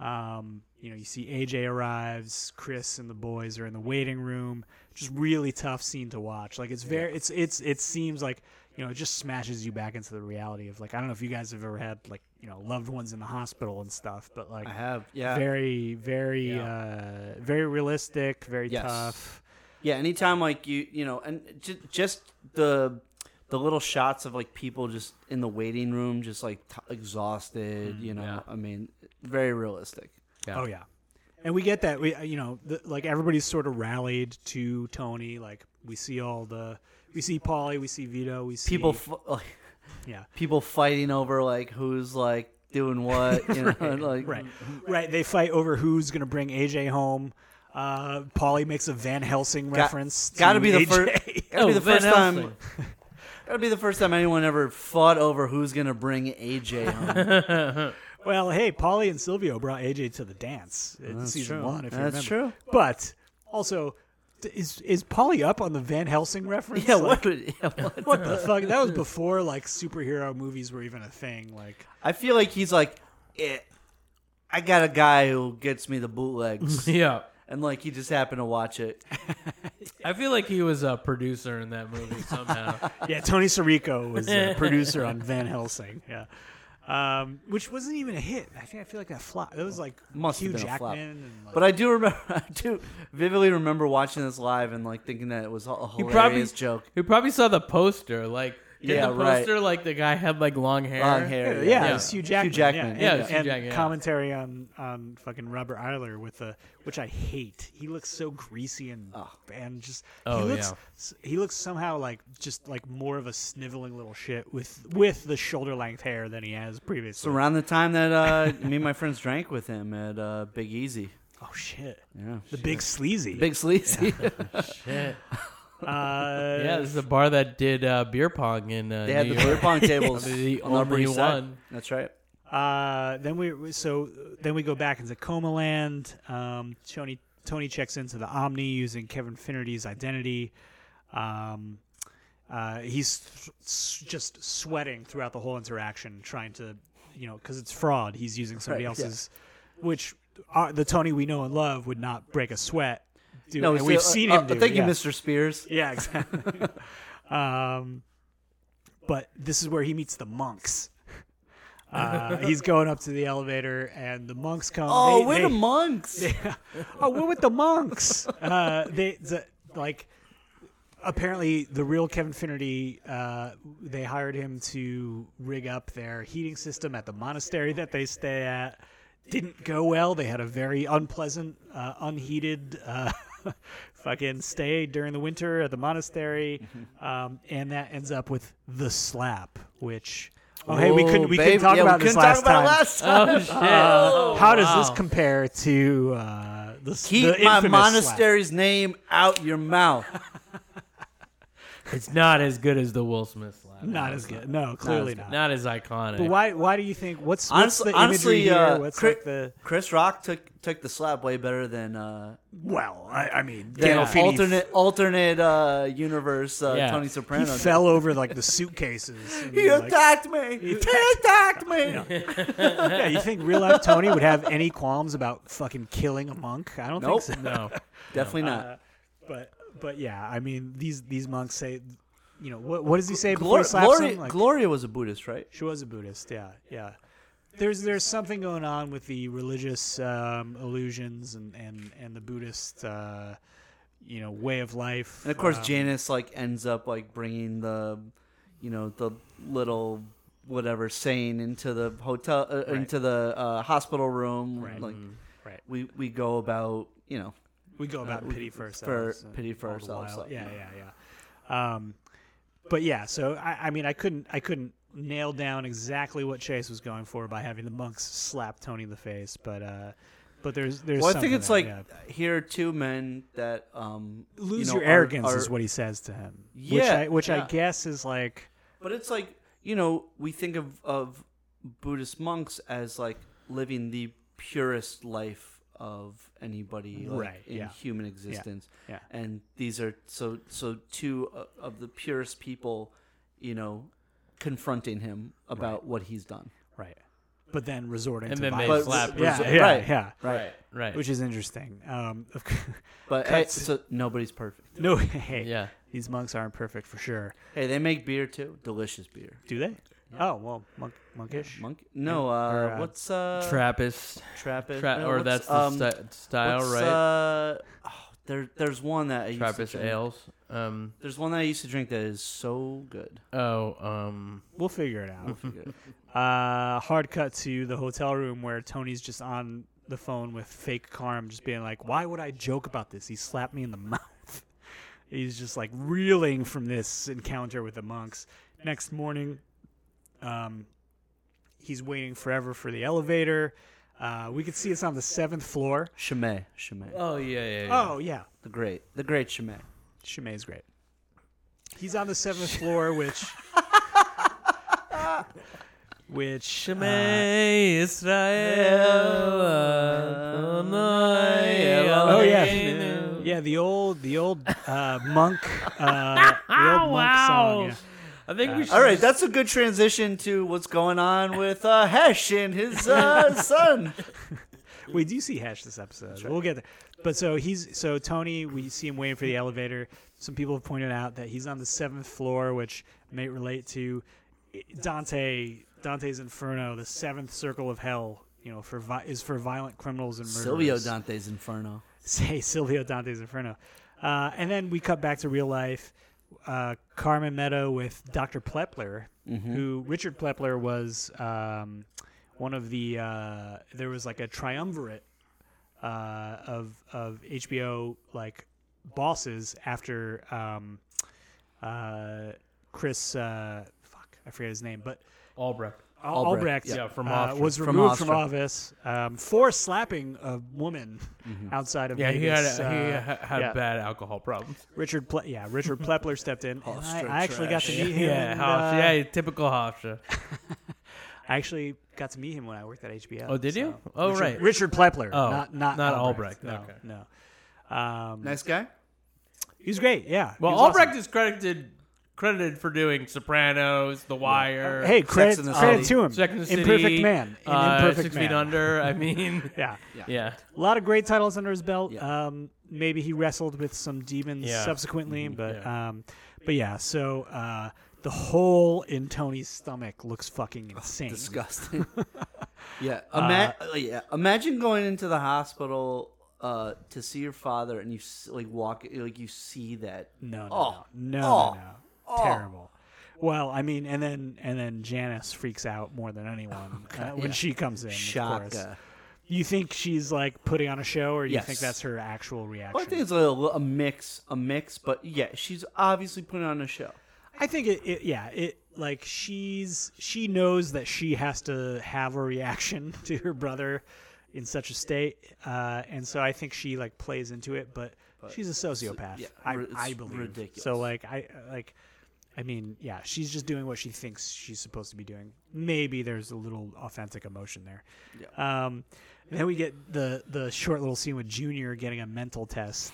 Speaker 3: Um, you know, you see AJ arrives, Chris and the boys are in the waiting room. Just really tough scene to watch. Like it's very it's it's it seems like, you know, it just smashes you back into the reality of like I don't know if you guys have ever had like, you know, loved ones in the hospital and stuff, but like
Speaker 2: I have. Yeah.
Speaker 3: very very uh very realistic, very
Speaker 2: Yes.
Speaker 3: tough.
Speaker 2: Yeah, anytime like you, you know, and ju- just the the little shots of like people just in the waiting room, just like t- exhausted.
Speaker 3: Mm-hmm.
Speaker 2: you know,
Speaker 1: yeah.
Speaker 2: I mean, very realistic.
Speaker 1: Yeah.
Speaker 3: Oh yeah, and we get that. We uh, you know the, like everybody's sort of rallied to Tony. Like we see all the we see Paulie, we see Vito, we see
Speaker 2: People, f- like,
Speaker 3: Yeah,
Speaker 2: people fighting over like who's like doing
Speaker 3: *laughs*
Speaker 2: what. You know, and, like
Speaker 3: right, right. They fight over who's gonna bring AJ home. Uh, Paulie makes a Van Helsing reference.
Speaker 2: Got to
Speaker 3: to
Speaker 2: be the
Speaker 3: AJ.
Speaker 2: first. *laughs* Gotta
Speaker 1: Oh,
Speaker 2: be the
Speaker 1: Van
Speaker 2: first time.
Speaker 1: Helsing.
Speaker 2: Gotta be the first time anyone ever fought over who's gonna bring AJ
Speaker 3: *laughs*
Speaker 2: home.
Speaker 3: *laughs* Well, hey, Polly and Silvio brought AJ to the dance in season
Speaker 2: true.
Speaker 3: one, if you
Speaker 2: That's
Speaker 3: remember.
Speaker 2: true.
Speaker 3: But also, d- is is Polly up on the Van Helsing
Speaker 2: *laughs* *laughs*
Speaker 3: reference?
Speaker 2: yeah, what?
Speaker 3: Like,
Speaker 2: Would,
Speaker 3: *laughs*
Speaker 2: yeah, what-
Speaker 3: what the fuck? That was before like superhero movies were even a thing. Like,
Speaker 2: I feel like he's like, eh, I got a guy who gets me the
Speaker 1: *laughs*
Speaker 2: bootlegs.
Speaker 1: yeah.
Speaker 2: and like he just happened to watch it.
Speaker 1: I feel like he was a producer in that
Speaker 2: *laughs*
Speaker 1: movie somehow.
Speaker 3: yeah, Tony Sirico was a producer on Van Helsing. Yeah. Um, which wasn't even a hit. I think I feel like that flop. It was like
Speaker 2: Must
Speaker 3: Hugh
Speaker 2: have been a flop.
Speaker 3: Jackman. And, like,
Speaker 2: But I do remember, *laughs* I do vividly remember watching this live and like thinking that it was a a
Speaker 1: he
Speaker 2: hilarious
Speaker 1: probably
Speaker 2: joke.
Speaker 1: He probably saw the poster. Like, did
Speaker 2: Yeah,
Speaker 1: the
Speaker 2: right.
Speaker 1: poster like the guy had like long hair?
Speaker 2: Long hair,
Speaker 3: yeah,
Speaker 2: yeah.
Speaker 3: it was Hugh Jackman.
Speaker 2: Jackman,
Speaker 3: and-
Speaker 1: yeah, it was Hugh
Speaker 3: and
Speaker 1: Jackman, yeah.
Speaker 3: commentary on on fucking Robert Eiler with the which I hate. He looks so greasy and and just
Speaker 1: Oh,
Speaker 3: he looks
Speaker 1: yeah.
Speaker 3: s- he looks somehow like just like more of a sniveling little shit with with the shoulder length hair than he has previously.
Speaker 2: So around the time that uh, *laughs* me and my friends drank with him at uh, Big Easy,
Speaker 3: oh shit,
Speaker 2: yeah,
Speaker 3: the big sleazy.
Speaker 2: Big Sleazy.
Speaker 1: Yeah.
Speaker 3: uh,
Speaker 1: Yeah, this is a bar that did uh, beer pong in uh,
Speaker 2: *laughs* they had
Speaker 1: New
Speaker 2: the
Speaker 1: York.
Speaker 2: beer pong tables
Speaker 1: The
Speaker 2: on the Upper
Speaker 1: only
Speaker 2: East Side.
Speaker 1: one.
Speaker 2: That's right.
Speaker 3: Uh, then we we- so then we go back into Coma Land. Um, Tony Tony checks into the Omni using Kevin Finnerty's identity. Um, uh, he's th- s- just sweating throughout the whole interaction, trying to you know because it's fraud. He's using somebody
Speaker 2: Right, yeah.
Speaker 3: else's, which uh, the Tony we know and love would not break a sweat. Do,
Speaker 2: No,
Speaker 3: and
Speaker 2: so,
Speaker 3: we've
Speaker 2: uh,
Speaker 3: seen
Speaker 2: uh,
Speaker 3: him. do,
Speaker 2: Thank
Speaker 3: yeah.
Speaker 2: you, Mr. Spears.
Speaker 3: Yeah, exactly. *laughs* um, but this is where he meets the monks. Uh, he's going up to the elevator, and the monks come.
Speaker 2: Oh,
Speaker 3: they,
Speaker 2: we're
Speaker 3: they-
Speaker 2: the monks.
Speaker 3: oh, we're with the monks. *laughs* Uh, they the, like apparently the real Kevin Finnerty. Uh, they hired him to rig up their heating system at the monastery that they stay at. Didn't go well. They had a very unpleasant, uh, unheated. Uh, *laughs* Fucking stay during the winter at the monastery, um, and that ends up with the slap. Which, oh hey, we couldn't we
Speaker 2: babe.
Speaker 3: couldn't talk
Speaker 2: yeah,
Speaker 3: about
Speaker 2: we
Speaker 3: this
Speaker 2: couldn't
Speaker 3: last
Speaker 2: talk about
Speaker 3: time.
Speaker 2: it last time. Uh,
Speaker 1: Oh shit!
Speaker 3: Uh, How does this
Speaker 1: wow.
Speaker 3: compare to uh, the, s-
Speaker 2: Keep
Speaker 3: the
Speaker 2: my
Speaker 3: infamous *laughs*
Speaker 2: monastery's name out your mouth.
Speaker 1: It's not as good as the Will Smith slap.
Speaker 3: Not
Speaker 1: No,
Speaker 3: as
Speaker 1: it's
Speaker 3: good. No, clearly
Speaker 1: as
Speaker 3: not.
Speaker 1: good. Not as iconic.
Speaker 3: But why? Why do you think? What's, what's
Speaker 2: Honestly,
Speaker 3: the imagery
Speaker 2: honestly,
Speaker 3: here?
Speaker 2: uh,
Speaker 3: what's
Speaker 2: Chris,
Speaker 3: like the?
Speaker 2: Chris Rock took took the slap way better than uh,
Speaker 3: Well, I, I mean,
Speaker 2: than
Speaker 3: Gandolfini
Speaker 2: alternate alternate uh, universe uh,
Speaker 1: Yeah.
Speaker 2: Tony
Speaker 3: He
Speaker 2: Soprano.
Speaker 3: fell over
Speaker 2: *laughs*
Speaker 3: like the suitcases. and,
Speaker 2: He
Speaker 3: like-
Speaker 2: attacked
Speaker 3: *laughs*
Speaker 2: me. He attacked me.
Speaker 3: yeah, *laughs* you think real life Tony would have any qualms about fucking killing a monk? I don't
Speaker 2: Nope.
Speaker 3: think so.
Speaker 1: No.
Speaker 3: Uh,
Speaker 2: Definitely not.
Speaker 3: *laughs* But but yeah, I mean these these monks say, you know, what what does he say
Speaker 2: Glor-
Speaker 3: before he slaps
Speaker 2: Gloria,
Speaker 3: him? Like,
Speaker 2: Gloria was a Buddhist, right?
Speaker 3: she was a Buddhist. Yeah, yeah. There's there's something going on with the religious um, illusions and and and the Buddhist. Uh, you know, way of life,
Speaker 2: And of course,
Speaker 3: um,
Speaker 2: Janice like ends up like bringing the, you know, the little whatever saying into the hotel uh, into the uh, hospital room.
Speaker 3: Right. Mm-hmm.
Speaker 2: Like
Speaker 3: Right.
Speaker 2: we we go about you know
Speaker 3: We go about
Speaker 2: Uh, we-
Speaker 3: pity for
Speaker 2: for-
Speaker 3: ourselves.
Speaker 2: pity for
Speaker 3: all the
Speaker 2: ourselves,
Speaker 3: while.
Speaker 2: so-
Speaker 3: Yeah, yeah, yeah. Um, but yeah, so I, I mean, I couldn't, I couldn't nail down exactly what Chase was going for by having the monks slap Tony in the face, but uh, but there's there's.
Speaker 2: well, I think
Speaker 3: something
Speaker 2: it's
Speaker 3: there,
Speaker 2: like
Speaker 3: yeah.
Speaker 2: here are two men that um you
Speaker 3: lose
Speaker 2: know,
Speaker 3: your
Speaker 2: are-
Speaker 3: arrogance
Speaker 2: are-
Speaker 3: is what he says to him. which
Speaker 2: Yeah,
Speaker 3: I, which
Speaker 2: yeah.
Speaker 3: I guess is like
Speaker 2: But it's like you know we think of of Buddhist monks as like living the purest life of anybody like,
Speaker 3: Right,
Speaker 2: in
Speaker 3: yeah.
Speaker 2: human existence.
Speaker 3: yeah.
Speaker 2: And these are so so two o- of the purest people, you know, confronting him about what he's done.
Speaker 3: right, but then resorting
Speaker 1: And
Speaker 3: to
Speaker 1: then they
Speaker 3: violence.
Speaker 1: slap
Speaker 3: Yeah,
Speaker 2: resor-
Speaker 3: yeah,
Speaker 2: right,
Speaker 3: yeah.
Speaker 2: Right.
Speaker 1: Right.
Speaker 3: Which is interesting. Um, *laughs* of c-
Speaker 2: But hey,
Speaker 3: Cuts.
Speaker 2: so nobody's perfect.
Speaker 3: no, hey,
Speaker 1: yeah.
Speaker 3: these monks aren't perfect for sure.
Speaker 2: Hey, they make beer too. Delicious beer.
Speaker 3: Do they? Oh well, monk, monkish.
Speaker 2: Monk? No, uh,
Speaker 3: Or, uh,
Speaker 2: what's uh
Speaker 1: Trappist.
Speaker 2: Trappist?
Speaker 1: Tra-
Speaker 2: no,
Speaker 1: or that's
Speaker 2: what's,
Speaker 1: the
Speaker 2: um,
Speaker 1: sti- style,
Speaker 2: what's,
Speaker 1: right?
Speaker 2: Uh, oh, there, there's one that I used
Speaker 1: Trappist
Speaker 2: to drink.
Speaker 1: ales. Um.
Speaker 2: There's one that I used to drink that is so
Speaker 1: *laughs*
Speaker 2: good.
Speaker 1: Oh. Um.
Speaker 3: We'll figure it out.
Speaker 2: Good.
Speaker 3: uh, hard cut to the hotel room where Tony's just on the phone with fake Carm, just being like, "Why would I joke about this? He slapped me in the *laughs* mouth." He's just like reeling from this encounter with the monks. Next morning, um, he's waiting forever for the elevator. Uh, we could see it's on the seventh floor.
Speaker 2: Chimay, Chimay,
Speaker 1: Oh yeah yeah. yeah.
Speaker 3: Oh yeah,
Speaker 2: the great, the great Chimay.
Speaker 3: Chimay's great. He's on the seventh floor, which. Which uh,
Speaker 1: Shema Israel Adonai
Speaker 3: Oh yeah,
Speaker 1: Eloheinu.
Speaker 3: yeah. The old, the old uh, monk, uh, the old monk song. yeah.
Speaker 1: I think we should.
Speaker 2: All right, that's a good transition to what's going on with uh, Hesh and his uh, son.
Speaker 3: We do see Hesh this episode. We'll get there. But so he's so Tony. We see him waiting for the elevator. Some people have pointed out that he's on the seventh floor, which may relate to eh, Dante, Dante's Inferno, the seventh circle of hell. You know, for vi- is for violent criminals and murderers.
Speaker 2: Silvio Dante's Inferno.
Speaker 3: *laughs* say Silvio Dante's Inferno. Uh, and then we cut back to real life. Uh, Carmen Meadow with Dr. Plepler, who Richard Plepler was um, one of the. Uh, there was like a triumvirate uh, of of HBO like bosses after um, uh, Chris. Uh, fuck, I forget his name, but
Speaker 1: Albrecht.
Speaker 3: Al-
Speaker 2: Albrecht,
Speaker 3: Albrecht,
Speaker 1: yeah, from
Speaker 3: uh,
Speaker 1: Hofstra.
Speaker 3: was
Speaker 2: From
Speaker 3: removed from
Speaker 2: Hofstra.
Speaker 3: office um, for slapping a woman outside of
Speaker 1: Mm-hmm. Yeah, he had
Speaker 3: Vegas.
Speaker 1: a, he
Speaker 3: uh,
Speaker 1: ha- had
Speaker 3: yeah.
Speaker 1: bad alcohol problems.
Speaker 3: Richard, Ple- yeah, Richard Plepler stepped in. and I,
Speaker 2: Hofstra
Speaker 3: I actually got to
Speaker 2: trash.
Speaker 3: meet him.
Speaker 1: yeah,
Speaker 3: and,
Speaker 1: Hofstra.
Speaker 3: uh,
Speaker 1: yeah, typical Hofstra.
Speaker 3: I actually got to meet him when I worked at HBO.
Speaker 1: Oh, did
Speaker 3: so-
Speaker 1: you? Oh,
Speaker 3: Richard,
Speaker 1: right.
Speaker 3: Richard Plepler,
Speaker 1: Oh,
Speaker 3: not not
Speaker 1: not Albrecht,
Speaker 3: Albrecht. No, no. Um,
Speaker 2: Nice guy.
Speaker 3: he was great. Yeah.
Speaker 1: Well,
Speaker 3: he was
Speaker 1: Albrecht
Speaker 3: awesome.
Speaker 1: is credited credited for doing Sopranos, The Wire. um,
Speaker 3: Hey,
Speaker 2: Sex
Speaker 3: credit,
Speaker 2: and the
Speaker 3: credit
Speaker 2: City.
Speaker 3: to him.
Speaker 1: Second City,
Speaker 3: Imperfect man. In
Speaker 1: uh,
Speaker 3: imperfect
Speaker 1: six
Speaker 3: man.
Speaker 1: feet under. I mean,
Speaker 3: Yeah.
Speaker 1: *laughs* yeah.
Speaker 3: A lot of great titles under his belt.
Speaker 2: Yeah.
Speaker 3: Um, maybe he wrestled with some demons
Speaker 1: Yeah.
Speaker 3: subsequently,
Speaker 2: Mm-hmm.
Speaker 3: but
Speaker 1: yeah.
Speaker 3: um, but yeah. So uh, the hole in Tony's stomach looks fucking insane.
Speaker 2: Disgusting. yeah. Ima- uh, yeah. Imagine going into the hospital uh, to see your father, and you s- like walk, like you see that.
Speaker 3: No, no,
Speaker 2: Oh.
Speaker 3: no, no,
Speaker 2: Oh.
Speaker 3: no, no. terrible. Well, I mean, and then and then Janice freaks out more than anyone uh, when she comes in. Of course.
Speaker 2: Oh, Shaka.
Speaker 3: You think she's like putting on a show, or you
Speaker 2: Yes.
Speaker 3: think that's her actual reaction?
Speaker 2: Well, I think it's a, little, a mix, a mix, but yeah, she's obviously putting on a show.
Speaker 3: I think it, it yeah, it like *laughs* she's she knows that she has to have a reaction to her brother in such a state, uh, and so I think she like plays into it, but, she's a sociopath.
Speaker 2: yeah,
Speaker 3: I,
Speaker 2: ri-
Speaker 3: I
Speaker 2: it's
Speaker 3: believe.
Speaker 2: ridiculous.
Speaker 3: So like I like, I mean, yeah, she's just doing what she thinks she's supposed to be doing. Maybe there's a little authentic emotion there. Um, and then we get the the short little scene with Junior getting a mental test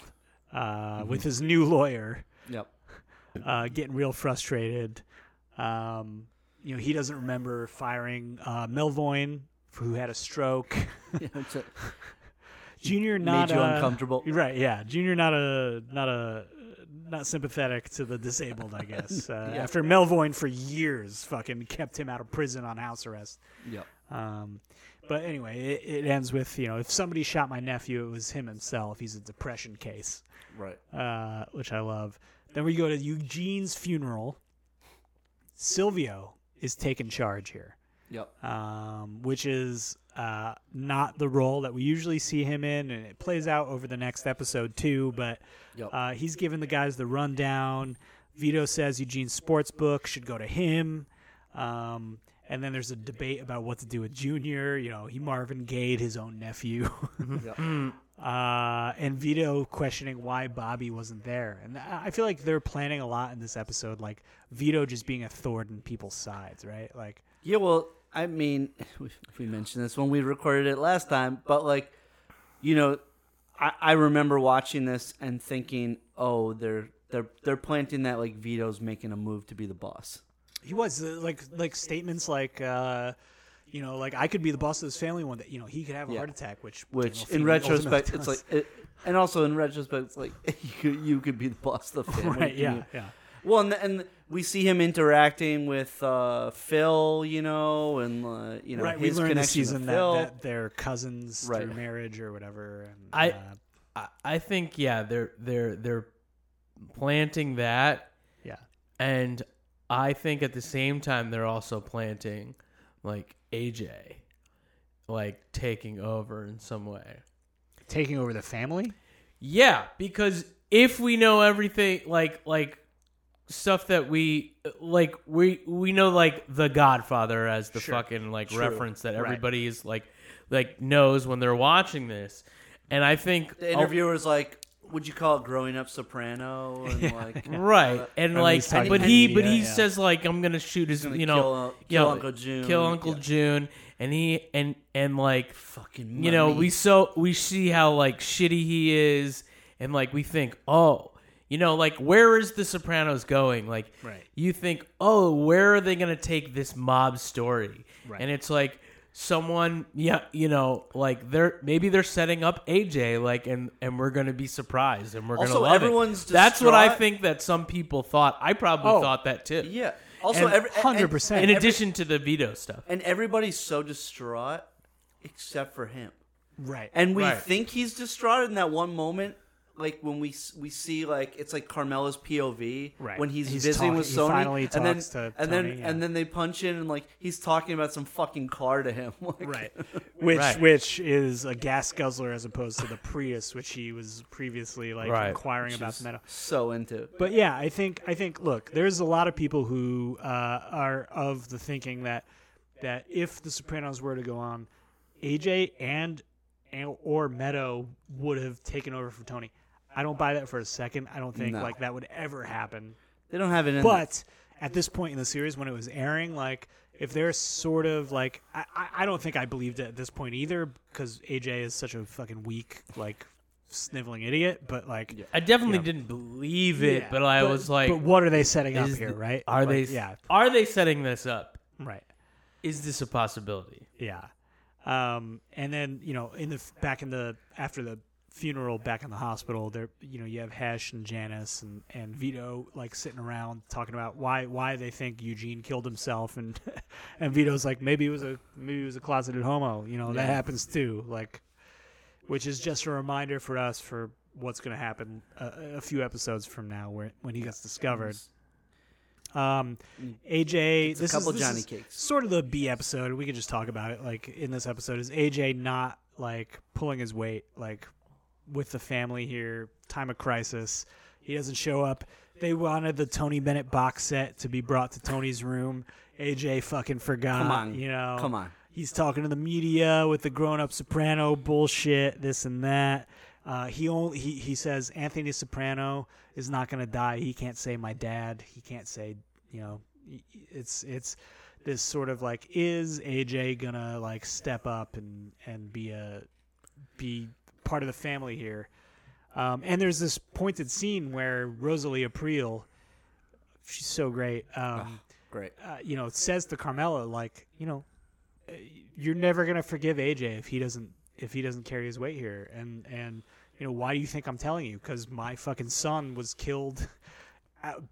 Speaker 3: uh,
Speaker 2: Mm-hmm.
Speaker 3: with his new lawyer
Speaker 2: Yep. *laughs*
Speaker 3: uh, getting real frustrated. Um, you know, he doesn't remember firing uh, Melvoin, who had
Speaker 2: *laughs*
Speaker 3: a stroke.
Speaker 2: Yeah, it's a-
Speaker 3: Junior not
Speaker 2: you
Speaker 3: uh,
Speaker 2: uncomfortable.
Speaker 3: right? Yeah, Junior not a not a not sympathetic to the disabled.
Speaker 2: *laughs*
Speaker 3: I guess uh, after Melvoin for years fucking kept him out of prison on house arrest.
Speaker 2: yep.
Speaker 3: Um, but anyway, it, it ends with you know if somebody shot my nephew, it was him himself. He's a depression case
Speaker 2: Right.
Speaker 3: uh, which I love. Then we go to Eugene's funeral. Silvio is taking charge here,
Speaker 2: Yep.
Speaker 3: um, which is uh, not the role that we usually see him in, and it plays out over the next episode too. But
Speaker 2: Yep.
Speaker 3: uh, he's giving the guys the rundown. Vito says Eugene's sportsbook should go to him. Um, and then there's a debate about what to do with Junior. You know, he Marvin Gaye his own nephew. *laughs* uh, and Vito questioning why Bobby wasn't there. And I I feel like they're planning a lot in this episode, like Vito just being a thorn in people's sides, right? Like,
Speaker 2: Yeah, well, I mean, *laughs* we, we mentioned this when we recorded it last time, but like, you know, I, I remember watching this and thinking, oh, they're they're they're planting that like Vito's making a move to be the boss.
Speaker 3: he was uh, like like statements like uh you know like i could be the boss of this family one day you know he could have a
Speaker 2: Yeah.
Speaker 3: heart attack which
Speaker 2: Which,
Speaker 3: Daniel
Speaker 2: in
Speaker 3: Phoenix
Speaker 2: retrospect,
Speaker 3: ultimately
Speaker 2: it's
Speaker 3: *laughs*
Speaker 2: like,
Speaker 3: does.
Speaker 2: it, and also in retrospect, it's like *laughs* you could, you could be the boss
Speaker 3: *laughs*
Speaker 2: of the family.
Speaker 3: right yeah
Speaker 2: You-
Speaker 3: yeah
Speaker 2: Well, and, and we see him interacting with uh, Phil, you know, and uh, you know
Speaker 3: right we
Speaker 2: his
Speaker 3: learned
Speaker 2: connection
Speaker 3: this season
Speaker 2: to
Speaker 3: that,
Speaker 2: Phil.
Speaker 3: that they're cousins
Speaker 2: Right.
Speaker 3: through marriage or whatever and,
Speaker 1: I-
Speaker 3: uh,
Speaker 1: I, I think yeah, they're they're they're planting that,
Speaker 3: yeah
Speaker 1: and I think at the same time they're also planting like AJ, like taking over in some way.
Speaker 3: taking over the family
Speaker 1: Yeah, because if we know everything, like like stuff that we like, we we know like The Godfather as the fucking like reference that everybody is like like knows when they're watching this, and I think
Speaker 2: the interviewer's like, "Would you call it growing up Soprano?"
Speaker 1: *laughs*
Speaker 2: And like,
Speaker 1: Oh, right and
Speaker 3: And
Speaker 1: like
Speaker 3: he's talking
Speaker 1: but
Speaker 3: to
Speaker 1: he
Speaker 3: Pete,
Speaker 1: but
Speaker 3: yeah,
Speaker 1: he
Speaker 3: yeah.
Speaker 1: says like i'm gonna shoot his
Speaker 2: gonna
Speaker 1: you know
Speaker 2: kill, uh,
Speaker 1: you
Speaker 2: kill
Speaker 1: know,
Speaker 2: Uncle June.
Speaker 1: kill uncle
Speaker 2: Yeah.
Speaker 1: june and he and and like
Speaker 2: Fucking
Speaker 1: you know
Speaker 2: money.
Speaker 1: we so we see how like shitty he is and like we think oh you know like where is the sopranos going like
Speaker 3: Right.
Speaker 1: you think oh where are they gonna take this mob story
Speaker 3: Right.
Speaker 1: and it's like someone yeah you know like they're maybe they're setting up aj like and and we're gonna be surprised and we're
Speaker 2: Also,
Speaker 1: gonna love it.
Speaker 2: everyone's
Speaker 1: that's what i
Speaker 2: distraught.
Speaker 1: think that some people thought i probably
Speaker 3: Oh.
Speaker 1: thought that too
Speaker 2: yeah. Also,
Speaker 1: And
Speaker 2: every and-
Speaker 3: 100%.
Speaker 1: in
Speaker 2: and, every-
Speaker 1: addition to the veto stuff
Speaker 2: and everybody's so distraught except for him.
Speaker 3: right
Speaker 2: And we
Speaker 1: Right.
Speaker 2: think he's distraught in that one moment, like when we s- we see like it's like Carmela's POV
Speaker 3: Right.
Speaker 2: when he's,
Speaker 3: He's
Speaker 2: visiting
Speaker 3: talk-
Speaker 2: with
Speaker 3: he
Speaker 2: Sony,
Speaker 3: finally
Speaker 2: and then
Speaker 3: talks to
Speaker 2: and
Speaker 3: Tony,
Speaker 2: then
Speaker 3: yeah.
Speaker 2: and then they punch in and like he's talking about some fucking car to him, *laughs* like,
Speaker 3: *laughs* right which
Speaker 1: Right.
Speaker 3: which is a gas guzzler as opposed to the prius which he was previously like
Speaker 1: Right.
Speaker 3: inquiring about the metal
Speaker 2: So into
Speaker 3: But yeah, I think I think look, there's a lot of people who uh, are of the thinking that that if the Sopranos were to go on, AJ and and- or Meadow would have taken over from Tony. I don't buy that for a second. I don't think
Speaker 2: No.
Speaker 3: like that would ever happen.
Speaker 2: they don't have it in. them.
Speaker 3: But at this point in the series, when it was airing, like if they're sort of like I, I- I don't think I believed it at this point either because AJ is such a fucking weak like sniveling idiot. But like
Speaker 1: I definitely didn't believe it,
Speaker 3: yeah.
Speaker 1: but I was like,
Speaker 3: but what are they setting up
Speaker 1: is
Speaker 3: here,
Speaker 1: th-
Speaker 3: right?
Speaker 1: Are
Speaker 3: Like,
Speaker 1: they?
Speaker 3: Yeah,
Speaker 1: Are they setting this up?
Speaker 3: right.
Speaker 1: Is this a possibility?
Speaker 3: Yeah, um, and then you know, in the f- back in the after the funeral, back in the hospital, there you know you have Hesh and Janice and and Vito like sitting around talking about why why they think Eugene killed himself, and *laughs* and Vito's like maybe he was a maybe he was a closeted homo, you know that happens too, like which is just a reminder for us for what's going to happen uh, a, a few episodes from now where when he gets discovered um aj this
Speaker 2: couple
Speaker 3: is this
Speaker 2: Johnny
Speaker 3: is
Speaker 2: cakes.
Speaker 3: sort of the b episode we could just talk about it like in this episode is aj not like pulling his weight like with the family here time of crisis he doesn't show up they wanted the tony bennett box set to be brought to tony's room aj fucking forgot
Speaker 2: Come on.
Speaker 3: you know
Speaker 2: Come on.
Speaker 3: he's talking to the media with the grown-up soprano bullshit, this and that. Uh, he only he, he says Anthony Soprano is not going to die. He can't say my dad. He can't say you know. y- y- It's it's this sort of like is AJ gonna like step up and and be a be part of the family here. Um, and there's this pointed scene where Rosalie April, she's so great. Um,
Speaker 2: Great.
Speaker 3: uh, you know, says to Carmela, like, you know, uh, you're never gonna forgive AJ if he doesn't if he doesn't carry his weight here. And and you know, why do you think I'm telling you? Because my fucking son was killed. Out,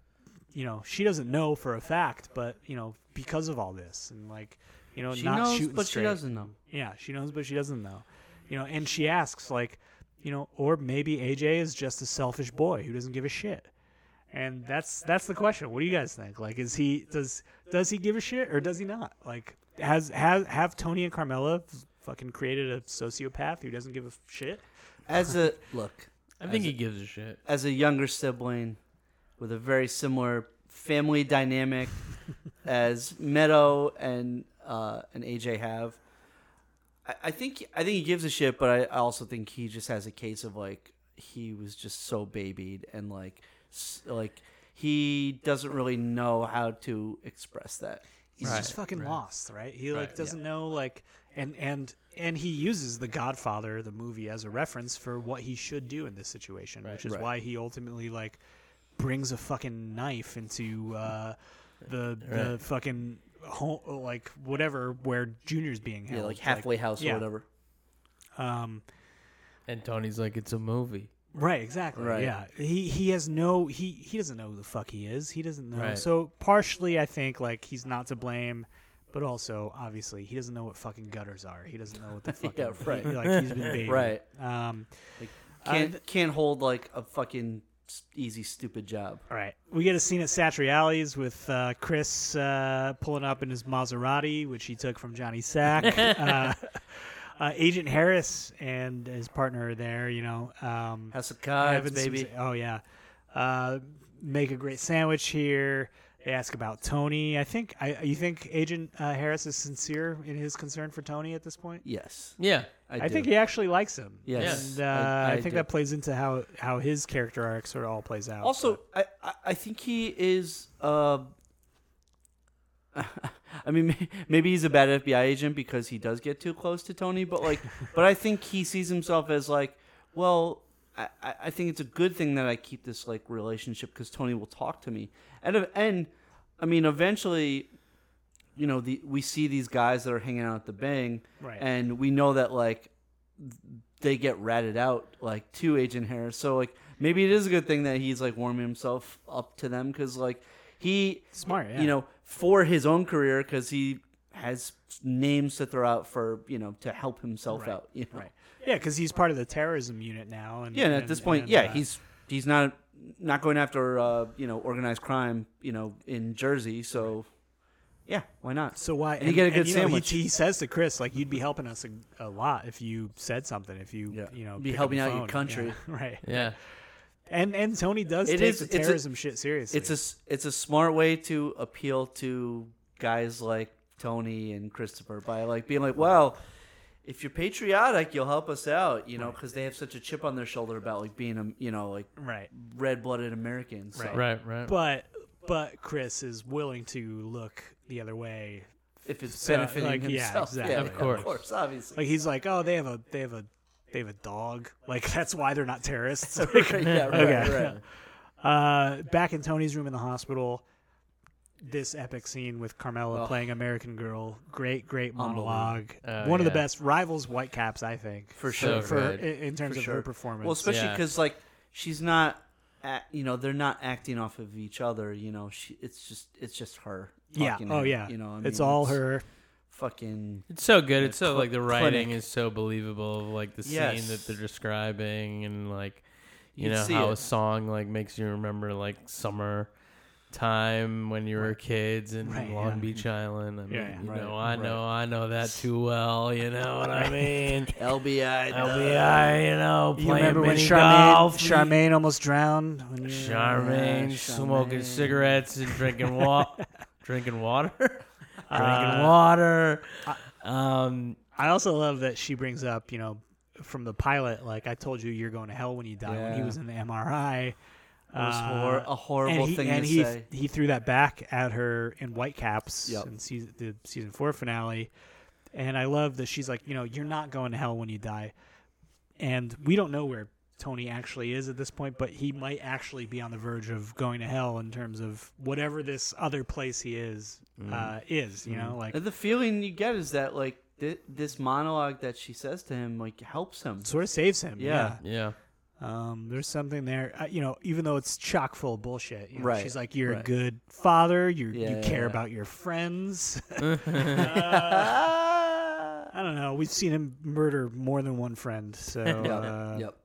Speaker 3: you know, she doesn't know for a fact, but you know, because of all this and like, you know,
Speaker 2: She
Speaker 3: not
Speaker 2: knows,
Speaker 3: shooting
Speaker 2: but
Speaker 3: straight.
Speaker 2: she doesn't know.
Speaker 3: Yeah, she knows, but she doesn't know. You know, and she asks, like, you know, or maybe AJ is just a selfish boy who doesn't give a shit. And that's that's the question. What do you guys think? Like, is he does does he give a shit or does he not? Like, has has have Tony and Carmela fucking created a sociopath who doesn't give a shit?
Speaker 2: As a *laughs* look,
Speaker 1: I think he gives a shit.
Speaker 2: as a younger sibling with a very similar family *laughs* dynamic as Meadow and uh, and AJ have. I, I think I think he gives a shit, but I, I also think he just has a case of like he was just so babied and like s- like he doesn't really know how to express that.
Speaker 3: He's
Speaker 1: Right,
Speaker 3: just fucking lost, right? He like
Speaker 1: Right,
Speaker 3: doesn't know like and and and he uses The Godfather the movie as a reference for what he should do in this situation, which is
Speaker 2: Right.
Speaker 3: why he ultimately like brings a fucking knife into uh the the fucking home like whatever where Junior's being held.
Speaker 2: Yeah, like halfway house or
Speaker 3: yeah.
Speaker 2: whatever.
Speaker 3: um
Speaker 1: And Tony's like, it's a movie.
Speaker 3: Right, exactly.
Speaker 2: Right.
Speaker 3: Yeah. He he has no he he doesn't know who the fuck he is. He doesn't know.
Speaker 1: Right.
Speaker 3: So partially I think like he's not to blame, but also obviously he doesn't know what fucking gutters are. He doesn't know
Speaker 2: *laughs*
Speaker 3: what the fucking
Speaker 2: Yeah, right.
Speaker 3: he- like
Speaker 2: *laughs*
Speaker 3: he's been baby.
Speaker 2: Right.
Speaker 3: Um
Speaker 2: Can't can't hold like a fucking s- easy stupid job.
Speaker 3: all right. We get a scene at Satriali's with uh, Chris uh, pulling up in his Maserati, which he took from
Speaker 2: *laughs*
Speaker 3: Johnny Sack. uh, uh, Agent Harris and his partner are there, you know. Um,
Speaker 2: House of cards,
Speaker 3: having some
Speaker 2: baby.
Speaker 3: sa- oh yeah, uh, make a great sandwich here. They ask about Tony. I think I you think Agent uh, Harris is sincere in his concern for Tony at this point.
Speaker 2: Yes,
Speaker 1: Yeah.
Speaker 2: I,
Speaker 3: I,
Speaker 2: do.
Speaker 3: think he actually likes him.
Speaker 2: Yes.
Speaker 3: and, uh,
Speaker 2: I- I
Speaker 3: I, think
Speaker 2: do.
Speaker 3: that plays into how how his character arc sort of all plays out.
Speaker 2: Also,
Speaker 3: but-
Speaker 2: I, I, I think he is. Uh, *laughs* I mean, may- maybe he's a bad FBI agent because he does get too close to Tony, but *laughs* like, but I think he sees himself as like, well, I, I I think it's a good thing that I keep this like relationship because Tony will talk to me, and ev- and I mean, eventually, you know, the we see these guys that are hanging out at the bang,
Speaker 3: Right.
Speaker 2: and we know that like they get ratted out like to Agent Harris. So like maybe it is a good thing that he's like warming himself up to them because like he
Speaker 3: Smart, yeah.
Speaker 2: you know, for his own career because he has names to throw out for you know to help himself out. You know?
Speaker 3: right, yeah, because he's part of the terrorism unit now. And
Speaker 2: Yeah, and at
Speaker 3: and-
Speaker 2: this point,
Speaker 3: and,
Speaker 2: yeah,
Speaker 3: uh,
Speaker 2: he's he's not not going after uh, you know organized crime you know in Jersey. So yeah, why not?
Speaker 3: So why?
Speaker 2: And, you get a good
Speaker 3: you know, he-
Speaker 2: sandwich.
Speaker 3: he, says to Chris, like, you'd be helping us a, a lot if you said something. If you,
Speaker 2: Yeah.
Speaker 3: you know,
Speaker 2: Be
Speaker 3: pick up
Speaker 2: helping
Speaker 3: the
Speaker 2: out your
Speaker 3: phone.
Speaker 2: country.
Speaker 3: Yeah, *laughs* right?
Speaker 1: Yeah.
Speaker 3: And and Tony does
Speaker 2: It
Speaker 3: take
Speaker 2: is-
Speaker 3: the
Speaker 2: it's a-
Speaker 3: terrorism shit seriously.
Speaker 2: it's a s- it's a smart way to appeal to guys like Tony and Christopher by like being like, well, if you're patriotic, you'll help us out, you know, because they have such a chip on their shoulder about like being a you know like
Speaker 3: right,
Speaker 2: red blooded Americans. So
Speaker 1: Right, right.
Speaker 3: but but Chris is willing to look the other way.
Speaker 2: If it's
Speaker 3: Yeah,
Speaker 2: benefiting
Speaker 3: like, yeah,
Speaker 2: himself,
Speaker 3: exactly.
Speaker 1: Of course.
Speaker 2: of course,
Speaker 3: *laughs*
Speaker 2: obviously.
Speaker 3: Like he's like, oh, they have a they have a they have a dog. *laughs* Like that's why they're not terrorists.
Speaker 2: yeah, *laughs* right,
Speaker 3: Okay.
Speaker 2: right.
Speaker 3: *laughs* uh, back in Tony's room in the hospital. This epic scene with Carmela
Speaker 2: Oh.
Speaker 3: playing American Girl, great, great monologue. One
Speaker 1: Oh,
Speaker 3: of the
Speaker 1: yeah.
Speaker 3: best rivals White Caps, I think,
Speaker 2: For
Speaker 1: So
Speaker 2: sure.
Speaker 3: for in,
Speaker 1: good.
Speaker 3: in terms
Speaker 2: For
Speaker 3: of
Speaker 2: sure.
Speaker 3: her performance.
Speaker 2: Well, especially
Speaker 1: Yeah.
Speaker 2: because like she's not, at, you know, they're not acting off of each other. You know, she, it's just it's just her.
Speaker 3: yeah,
Speaker 2: talking to
Speaker 3: oh
Speaker 2: him,
Speaker 3: yeah,
Speaker 2: You know, I
Speaker 3: it's
Speaker 2: mean,
Speaker 3: all her.
Speaker 2: Fucking
Speaker 1: It's so good. It's so
Speaker 2: cl-
Speaker 1: like the writing
Speaker 2: clinic.
Speaker 1: is so believable. of, Like the
Speaker 2: Yes.
Speaker 1: scene that they're descriibing, and like you
Speaker 2: You'd
Speaker 1: know
Speaker 2: see
Speaker 1: how
Speaker 2: it.
Speaker 1: a song like makes you remember like summer time when you were kids in
Speaker 3: Right,
Speaker 1: Long
Speaker 3: yeah.
Speaker 1: Beach Island. I mean,
Speaker 3: Yeah, yeah.
Speaker 1: you
Speaker 2: Right,
Speaker 1: know, I
Speaker 2: right.
Speaker 1: know, I know that too well. You know what I mean?
Speaker 2: LBI.
Speaker 1: LBI, you know,
Speaker 3: You
Speaker 1: playing
Speaker 3: remember when
Speaker 1: mini
Speaker 3: Charmaine,
Speaker 1: golf.
Speaker 3: Charmaine almost drowned? When you,
Speaker 1: Charmaine
Speaker 2: Yeah,
Speaker 1: smoking *laughs*
Speaker 2: Charmaine.
Speaker 3: *laughs*
Speaker 1: cigarettes and drinking wa- drinking water, drinking
Speaker 3: Uh,
Speaker 1: water. Um,
Speaker 3: I also love that she brings up, you know, from the pilot, like I told you, you're going to hell when you die. When he
Speaker 2: Yeah.
Speaker 3: was in the MRI, it
Speaker 2: was hor- a horrible
Speaker 3: Uh, and he,
Speaker 2: thing
Speaker 3: And
Speaker 2: to
Speaker 3: he
Speaker 2: say.
Speaker 3: he threw that back at her in Whitecaps
Speaker 2: Yep.
Speaker 3: in season, the season four finale, and I love that she's like, you know, you're not going to hell when you die, and we don't know where Tony actually is at this point, but he might actually be on the verge of going to hell in terms of whatever this other place he is uh, is. You know, like
Speaker 2: Mm-hmm. And the feeling you get is that like th- this monologue that she says to him like helps him.
Speaker 3: sort of saves him.
Speaker 2: Yeah.
Speaker 3: yeah.
Speaker 1: yeah.
Speaker 3: Um, there's something there, uh, you know, even though it's chock full of bullshit. You know,
Speaker 2: Right,
Speaker 3: She's like, you're a
Speaker 2: right.
Speaker 3: good father. You
Speaker 2: Yeah,
Speaker 3: you care
Speaker 2: yeah.
Speaker 3: about your friends. *laughs* I don't know. We've seen him murder more than one friend.
Speaker 2: *laughs*
Speaker 3: So uh,
Speaker 2: yep.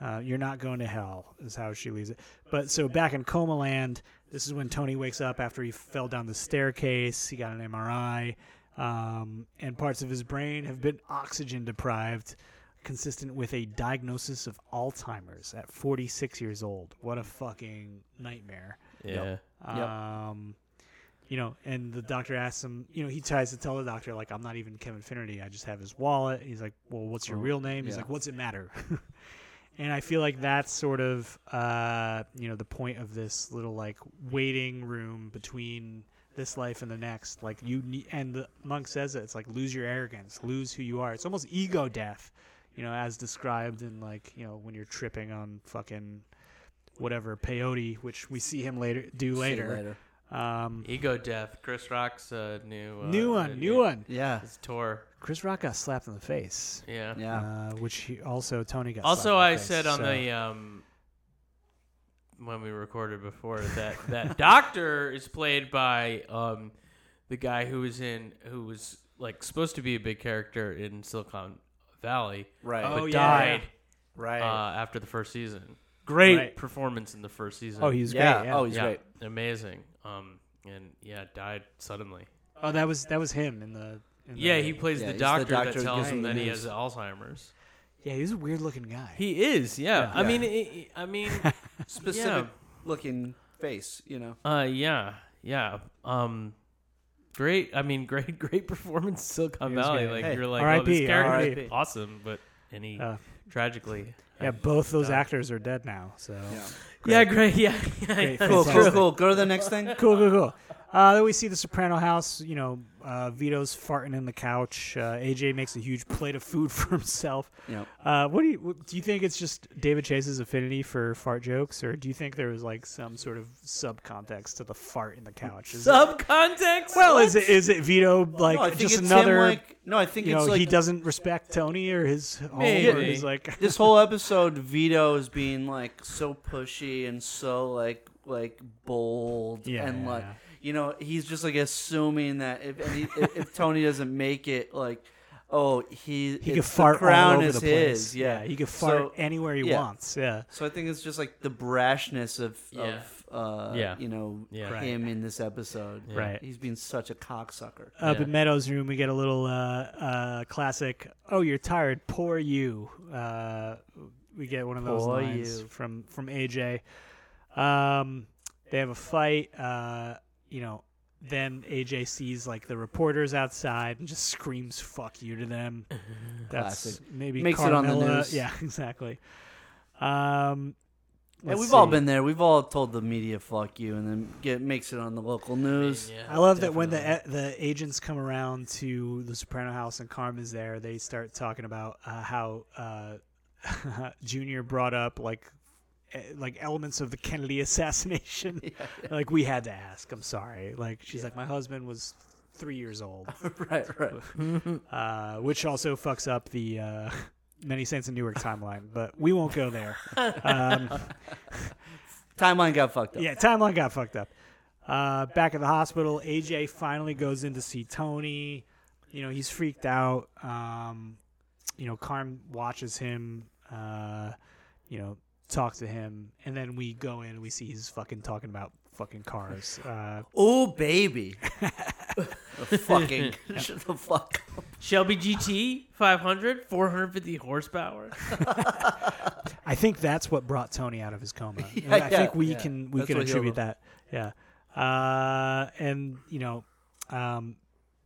Speaker 3: uh, you're not going to hell is how she leaves it. But so back in coma land, this is when Tony wakes up after he fell down the staircase. He got an MRI, um, and parts of his brain have been oxygen deprived, consistent with a diagnosis of Alzheimer's at 46 years old. What a fucking nightmare.
Speaker 1: Yeah.
Speaker 2: Yep.
Speaker 3: Um, you know, and the doctor asks him, you know, he tries to tell the doctor, like, I'm not even Kevin Finnerty. I just have his wallet. He's like, well, what's your real name? He's
Speaker 2: Oh, yeah.
Speaker 3: like, what's it matter? *laughs* and I feel like that's sort of, uh, you know, the point of this little, like, waiting room between this life and the next. Like, you need, and the monk says it, it's like, lose your arrogance, lose who you are. It's almost ego death, you know, as described in, like, you know, when you're tripping on fucking whatever peyote, which we see him later do later.
Speaker 2: later.
Speaker 3: Um,
Speaker 1: Ego death. Chris Rock's uh, new uh,
Speaker 3: new one, new one.
Speaker 2: Yeah.
Speaker 1: His tour.
Speaker 3: Chris Rock got slapped in the face,
Speaker 1: Yeah.
Speaker 2: Yeah.
Speaker 3: uh, which he, also Tony got. slapped in
Speaker 1: Also,
Speaker 3: the
Speaker 1: I
Speaker 3: face,
Speaker 1: said on
Speaker 3: so-
Speaker 1: the um, when we recorded before that
Speaker 2: *laughs*
Speaker 1: that doctor is played by um, the guy who was in who was like supposed to be a big character in Silicon Valley,
Speaker 2: Right.
Speaker 1: But
Speaker 3: Oh, yeah,
Speaker 1: died
Speaker 2: Right.
Speaker 1: uh, after the first season. Great
Speaker 3: Right.
Speaker 1: performance in the first season.
Speaker 3: Oh, he's
Speaker 2: yeah.
Speaker 3: great. Yeah.
Speaker 2: Oh,
Speaker 3: Oh,
Speaker 2: he's
Speaker 1: yeah,
Speaker 2: great.
Speaker 1: amazing. Um, and yeah, died suddenly.
Speaker 3: Oh, that was that was him in the. In
Speaker 1: Yeah,
Speaker 3: the,
Speaker 1: he plays
Speaker 2: Yeah,
Speaker 1: the,
Speaker 2: he's the
Speaker 1: doctor
Speaker 2: doctor who
Speaker 1: that tells
Speaker 2: gives him
Speaker 1: him
Speaker 2: the
Speaker 1: that he
Speaker 2: news.
Speaker 1: has Alzheimer's.
Speaker 3: Yeah, he's a weird looking guy.
Speaker 1: He is, yeah. I
Speaker 2: Yeah.
Speaker 1: mean, it, I mean,
Speaker 2: *laughs* Specific looking face, you know.
Speaker 1: Uh, yeah, yeah. Um, great. I mean, *laughs* great, great performance, Silicon
Speaker 3: was
Speaker 1: Valley.
Speaker 3: great.
Speaker 1: Like
Speaker 2: Hey,
Speaker 1: you're like, oh,
Speaker 3: RIP,
Speaker 1: this character
Speaker 3: RIP.
Speaker 1: is awesome, but and he
Speaker 3: Uh,
Speaker 1: tragically.
Speaker 3: yeah, both those actors are dead now. So
Speaker 1: Yeah, great. Yeah, *laughs*
Speaker 3: Great,
Speaker 1: yeah.
Speaker 2: Cool, cool,
Speaker 3: Fantastic.
Speaker 2: cool. Go to the next thing.
Speaker 3: cool, cool, cool. Uh, then we see the Soprano house. You know, uh, Vito's farting in the couch. Uh, AJ makes a huge plate of food *laughs* for himself.
Speaker 2: Yep.
Speaker 3: Uh, what do you what- do you think? It's just David Chase's affinity for fart jokes, or do you think there was like some sort of subcontext to the fart in the couch? Is it,
Speaker 1: Sub context.
Speaker 3: well,
Speaker 1: What?
Speaker 3: is it is it Vito like
Speaker 2: no, I think
Speaker 3: just
Speaker 2: it's
Speaker 3: another?
Speaker 2: him, like, no, I think
Speaker 3: you know,
Speaker 2: it's like
Speaker 3: he doesn't respect Tony or his home. Or
Speaker 1: Maybe.
Speaker 3: he's like,
Speaker 2: this whole episode Vito is being like so pushy and so like like bold
Speaker 3: Yeah,
Speaker 2: and
Speaker 3: yeah,
Speaker 2: like
Speaker 3: yeah.
Speaker 2: you know he's just like assuming that if any, if,
Speaker 3: *laughs*
Speaker 2: if Tony doesn't make it like oh he
Speaker 3: he
Speaker 2: it's-
Speaker 3: could
Speaker 2: the
Speaker 3: fart
Speaker 2: crown
Speaker 3: all over
Speaker 2: is
Speaker 3: the place.
Speaker 2: his yeah
Speaker 3: he could fart
Speaker 2: so,
Speaker 3: anywhere he
Speaker 2: yeah.
Speaker 3: wants. Yeah,
Speaker 2: so I think it's just like the brashness of
Speaker 1: Yeah.
Speaker 2: of uh
Speaker 1: Yeah.
Speaker 2: you know
Speaker 1: Yeah.
Speaker 3: Right.
Speaker 2: him in this episode
Speaker 3: Right. Uh,
Speaker 2: he's being such a cocksucker
Speaker 3: up
Speaker 1: Yeah.
Speaker 3: in Meadows' room, we get a little uh, uh, classic. Oh, you're tired. Poor you. Uh, we get one of those
Speaker 2: Poor
Speaker 3: lines
Speaker 2: you.
Speaker 3: from from AJ. Um, they have a fight. Uh, you know, then AJ sees like the reporters outside and just screams "fuck you"
Speaker 2: *laughs*
Speaker 3: to them. That's
Speaker 2: Classic.
Speaker 3: maybe
Speaker 2: Makes it on the
Speaker 3: Carmella-
Speaker 2: news.
Speaker 3: *laughs* Yeah, exactly. Um,
Speaker 2: and
Speaker 3: let's
Speaker 2: we've all
Speaker 3: see.
Speaker 2: been there we've all told the media fuck you and then get makes it on the local news
Speaker 1: Yeah,
Speaker 3: I love that when
Speaker 1: definitely.
Speaker 3: the e, the agents come around to the Soprano house and Carmen's there, they start talking about uh, *laughs* how uh, Junior brought up like eh, like elements of the Kennedy *laughs* assassination. *laughs* Like we had to ask. I'm sorry. Like she's like my husband was three years old,
Speaker 2: *laughs* right right
Speaker 3: uh, which also fucks up the. Uh, *laughs* Many Saints in Newark timeline, but we won't go there. Um,
Speaker 2: timeline got fucked up
Speaker 3: Yeah, timeline got fucked up. Uh, back at the hospital, AJ finally goes in to see Tony. You know, he's freaked out. Um, you know, Carm watches him, uh, you know, talk to him. And then we go in and we see he's fucking talking about fucking cars. Uh,
Speaker 2: Oh
Speaker 3: *laughs*
Speaker 2: baby, the fucking shut the fuck. up.
Speaker 1: Shelby GT 500, 450 horsepower.
Speaker 3: I think that's what brought Tony out of
Speaker 2: *laughs*
Speaker 3: his coma. And I
Speaker 2: yeah,
Speaker 3: think we
Speaker 2: yeah.
Speaker 3: can we
Speaker 2: That's
Speaker 3: can
Speaker 2: what healed
Speaker 3: attribute
Speaker 2: him.
Speaker 3: that. Yeah. Uh, and you know, um,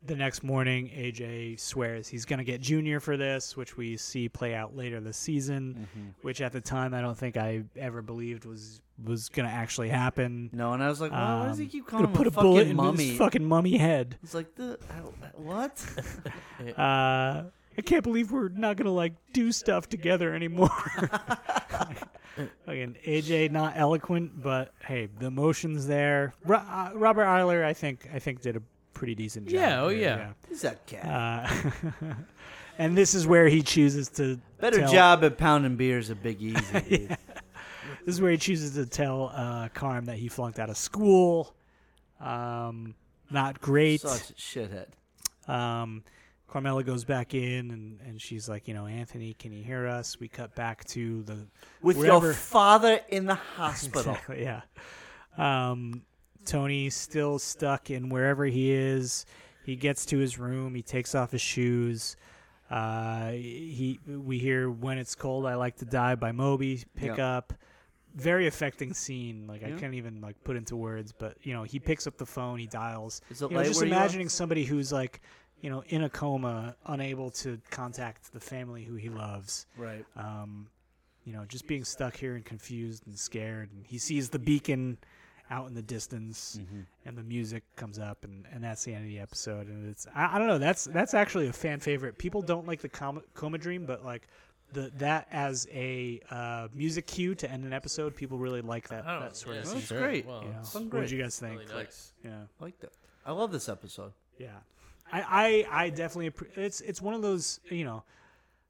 Speaker 3: the next morning, AJ swears he's going to get Junior for this, which we see play out later this season.
Speaker 2: Mm-hmm.
Speaker 3: Which at the time, I don't think I ever believed was was going to actually happen.
Speaker 2: No, and I was like, why, why does he
Speaker 3: Um,
Speaker 2: keep
Speaker 3: Gonna
Speaker 2: calling him
Speaker 3: put
Speaker 2: a,
Speaker 3: a
Speaker 2: fucking
Speaker 3: bullet in
Speaker 2: mummy?
Speaker 3: his fucking mummy head.
Speaker 2: It's like the I- what?
Speaker 3: Uh, I can't believe we're not gonna like do stuff together anymore. Again, AJ not eloquent, but hey, the emotion's there. Ro- uh, Robert Eiler, I think, I think did a pretty decent job.
Speaker 1: Yeah, oh,
Speaker 3: here,
Speaker 1: yeah.
Speaker 2: He's that cat.
Speaker 3: Uh, *laughs* and this is where he chooses to
Speaker 2: Better
Speaker 3: tell-
Speaker 2: job at pounding beers at Big Easy.
Speaker 3: *laughs*
Speaker 2: Dude.
Speaker 3: This is where he chooses to tell uh, Carm that he flunked out of school. Um, not great.
Speaker 2: Such a shithead.
Speaker 3: Um, Carmela goes back in and, and she's like, you know, Anthony, can you hear us? We cut back to the
Speaker 2: With
Speaker 3: wherever-
Speaker 2: your father in the hospital.
Speaker 3: exactly, yeah. Um, Tony still stuck in wherever he is. He gets to his room. He takes off his shoes. Uh, he we hear when it's cold, I like to die by Moby. Pick
Speaker 2: Yeah.
Speaker 3: up. Very affecting scene. Like I
Speaker 2: Yeah.
Speaker 3: can't even like put into words, but you know he picks up the phone. He dials.
Speaker 2: Is it
Speaker 3: You know,
Speaker 2: light
Speaker 3: just
Speaker 2: where you are?
Speaker 3: imagining somebody who's like, you know, in a coma, unable to contact the family who he loves
Speaker 2: Right.
Speaker 3: um, you know, just being stuck here and confused and scared. And he sees the beacon out in the distance, and the music comes up, and, and that's the end of the episode. And it's I, I don't know. That's that's actually a fan favorite. People don't like the coma, coma dream, but like. The, that as a uh, music cue to end an episode, people really like that,
Speaker 1: Oh,
Speaker 3: that sort
Speaker 1: yeah,
Speaker 3: of
Speaker 1: that's
Speaker 3: thing.
Speaker 2: That's great.
Speaker 1: Wow.
Speaker 3: You know?
Speaker 2: Some
Speaker 3: What
Speaker 2: great-
Speaker 3: did you guys think?
Speaker 1: Really nice.
Speaker 3: Yeah.
Speaker 2: I like that. I love this episode.
Speaker 3: Yeah, I I, I definitely appre- it's it's one of those you know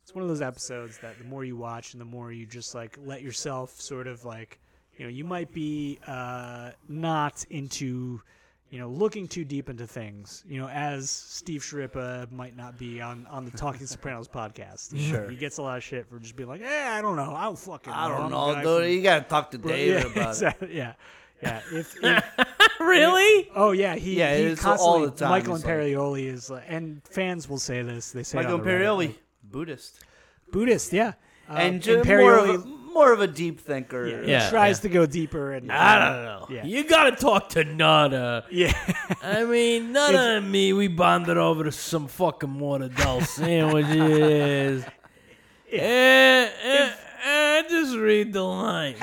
Speaker 3: it's one of those episodes that the more you watch and the more you just like let yourself sort of like you know you might be uh, not into you know looking too deep into things you know as Steve Sharippa might not be on on the Talking
Speaker 2: *laughs*
Speaker 3: Sopranos podcast sure he gets a lot of shit for just being like eh I don't know I don't fucking
Speaker 2: I don't
Speaker 3: I'm a
Speaker 2: know,
Speaker 3: guy
Speaker 2: dude.
Speaker 3: from-
Speaker 2: you gotta talk to David
Speaker 3: *laughs* yeah,
Speaker 2: about it.
Speaker 3: exactly, yeah yeah if,
Speaker 2: *laughs*
Speaker 3: if
Speaker 1: really?
Speaker 3: Oh yeah, he
Speaker 2: Yeah,
Speaker 3: he
Speaker 2: it's all
Speaker 3: constantly,
Speaker 2: the time,
Speaker 3: Michael
Speaker 2: it's like-
Speaker 3: Imperioli is like, and fans will say this. They say it
Speaker 2: Michael
Speaker 3: on the Reddit,
Speaker 2: Imperioli,
Speaker 3: like,
Speaker 2: Buddhist,
Speaker 3: Buddhist, yeah, Uh,
Speaker 2: and ju- more
Speaker 3: Imperioli
Speaker 2: of a, more of a deep thinker.
Speaker 3: yeah,
Speaker 1: Yeah,
Speaker 3: tries
Speaker 1: yeah.
Speaker 3: to go deeper and uh,
Speaker 1: I don't know.
Speaker 3: Yeah.
Speaker 1: You gotta talk to Nana.
Speaker 3: *laughs* yeah.
Speaker 1: I mean, Nana and me, we bonded over to some fucking
Speaker 3: *laughs*
Speaker 1: mortadella sandwiches. Eh, eh, eh, just read the line.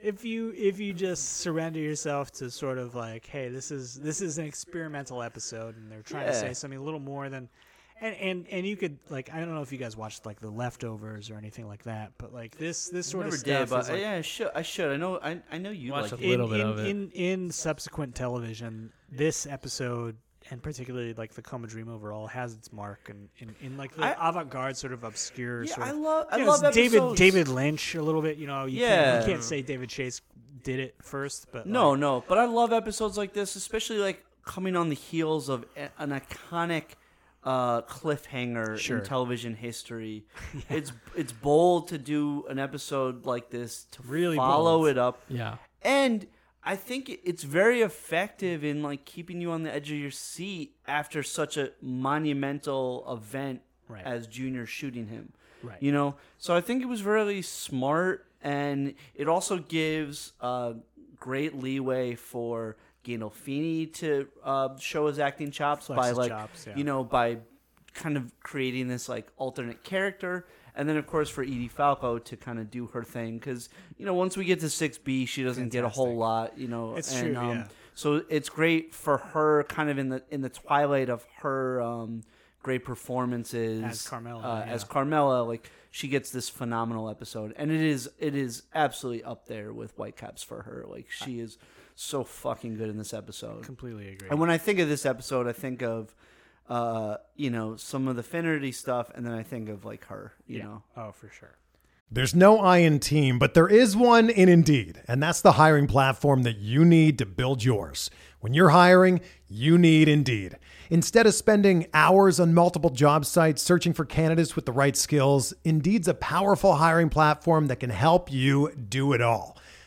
Speaker 3: if you if you just surrender yourself to sort of like, hey, this is this is an experimental episode, and they're trying to
Speaker 2: Yeah.
Speaker 3: say something a little more than, and and and you could like, I don't know if you guys watched like the leftovers or anything like that, but like this this sort
Speaker 2: Never
Speaker 3: of stuff
Speaker 2: did, but
Speaker 3: is like,
Speaker 2: yeah, I should. I should. I know. I, I know you
Speaker 1: Watch
Speaker 2: like
Speaker 1: the-
Speaker 2: it.
Speaker 1: little bit
Speaker 3: in,
Speaker 1: of it.
Speaker 3: In, in subsequent television, this episode and particularly like the Coma Dream overall has its mark and in, in like the
Speaker 2: I-
Speaker 3: avant-garde sort of obscure.
Speaker 2: Yeah,
Speaker 3: sort
Speaker 2: I
Speaker 3: of,
Speaker 2: love- I
Speaker 3: you know, it's
Speaker 2: love
Speaker 3: David
Speaker 2: episodes.
Speaker 3: David Lynch a little bit. You know, you can't,
Speaker 2: Yeah.
Speaker 3: you can't say David Chase did it first, but
Speaker 2: No,
Speaker 3: like,
Speaker 2: no. But I love episodes like this, especially like coming on the heels of a- an iconic uh, cliffhanger
Speaker 3: Sure.
Speaker 2: in television
Speaker 3: *laughs*
Speaker 2: history. It's it's bold to do an episode like this to
Speaker 3: Really
Speaker 2: follow
Speaker 3: bold.
Speaker 2: it up,
Speaker 1: Yeah.
Speaker 2: and I think it- it's very effective in like keeping you on the edge of your seat after such a monumental event
Speaker 3: Right.
Speaker 2: as Junior shooting him.
Speaker 3: Right.
Speaker 2: You know, so I think it was really smart, and it also gives uh, great leeway for Gandolfini to uh, show his acting chops
Speaker 3: Flex
Speaker 2: by
Speaker 3: his
Speaker 2: like
Speaker 3: chops, yeah.
Speaker 2: you know by kind of creating this like alternate character. And then, of course, for Edie Falco to kind of do her thing, because you know, once we get to six B, she doesn't get a whole
Speaker 3: Fantastic.
Speaker 2: lot, you know.
Speaker 3: It's
Speaker 2: and,
Speaker 3: true,
Speaker 2: um,
Speaker 3: yeah.
Speaker 2: So it's great for her, kind of in the in the twilight of her um, great performances
Speaker 3: As Carmela,
Speaker 2: uh,
Speaker 3: yeah.
Speaker 2: as Carmela, like she gets this phenomenal episode, and it is it is absolutely up there with White Caps for her. Like she is so fucking good in this episode.
Speaker 3: completely agree.
Speaker 2: And when I think of this episode, I think of uh, you know some of the Finnerty stuff, and then I think of like her, you know.
Speaker 3: oh, for sure.
Speaker 4: There's no I in team, but there is one in Indeed, and that's the hiring platform that you need to build yours. When you're hiring, you need Indeed. Instead of spending hours on multiple job sites searching for candidates with the right skills, Indeed's a powerful hiring platform that can help you do it all.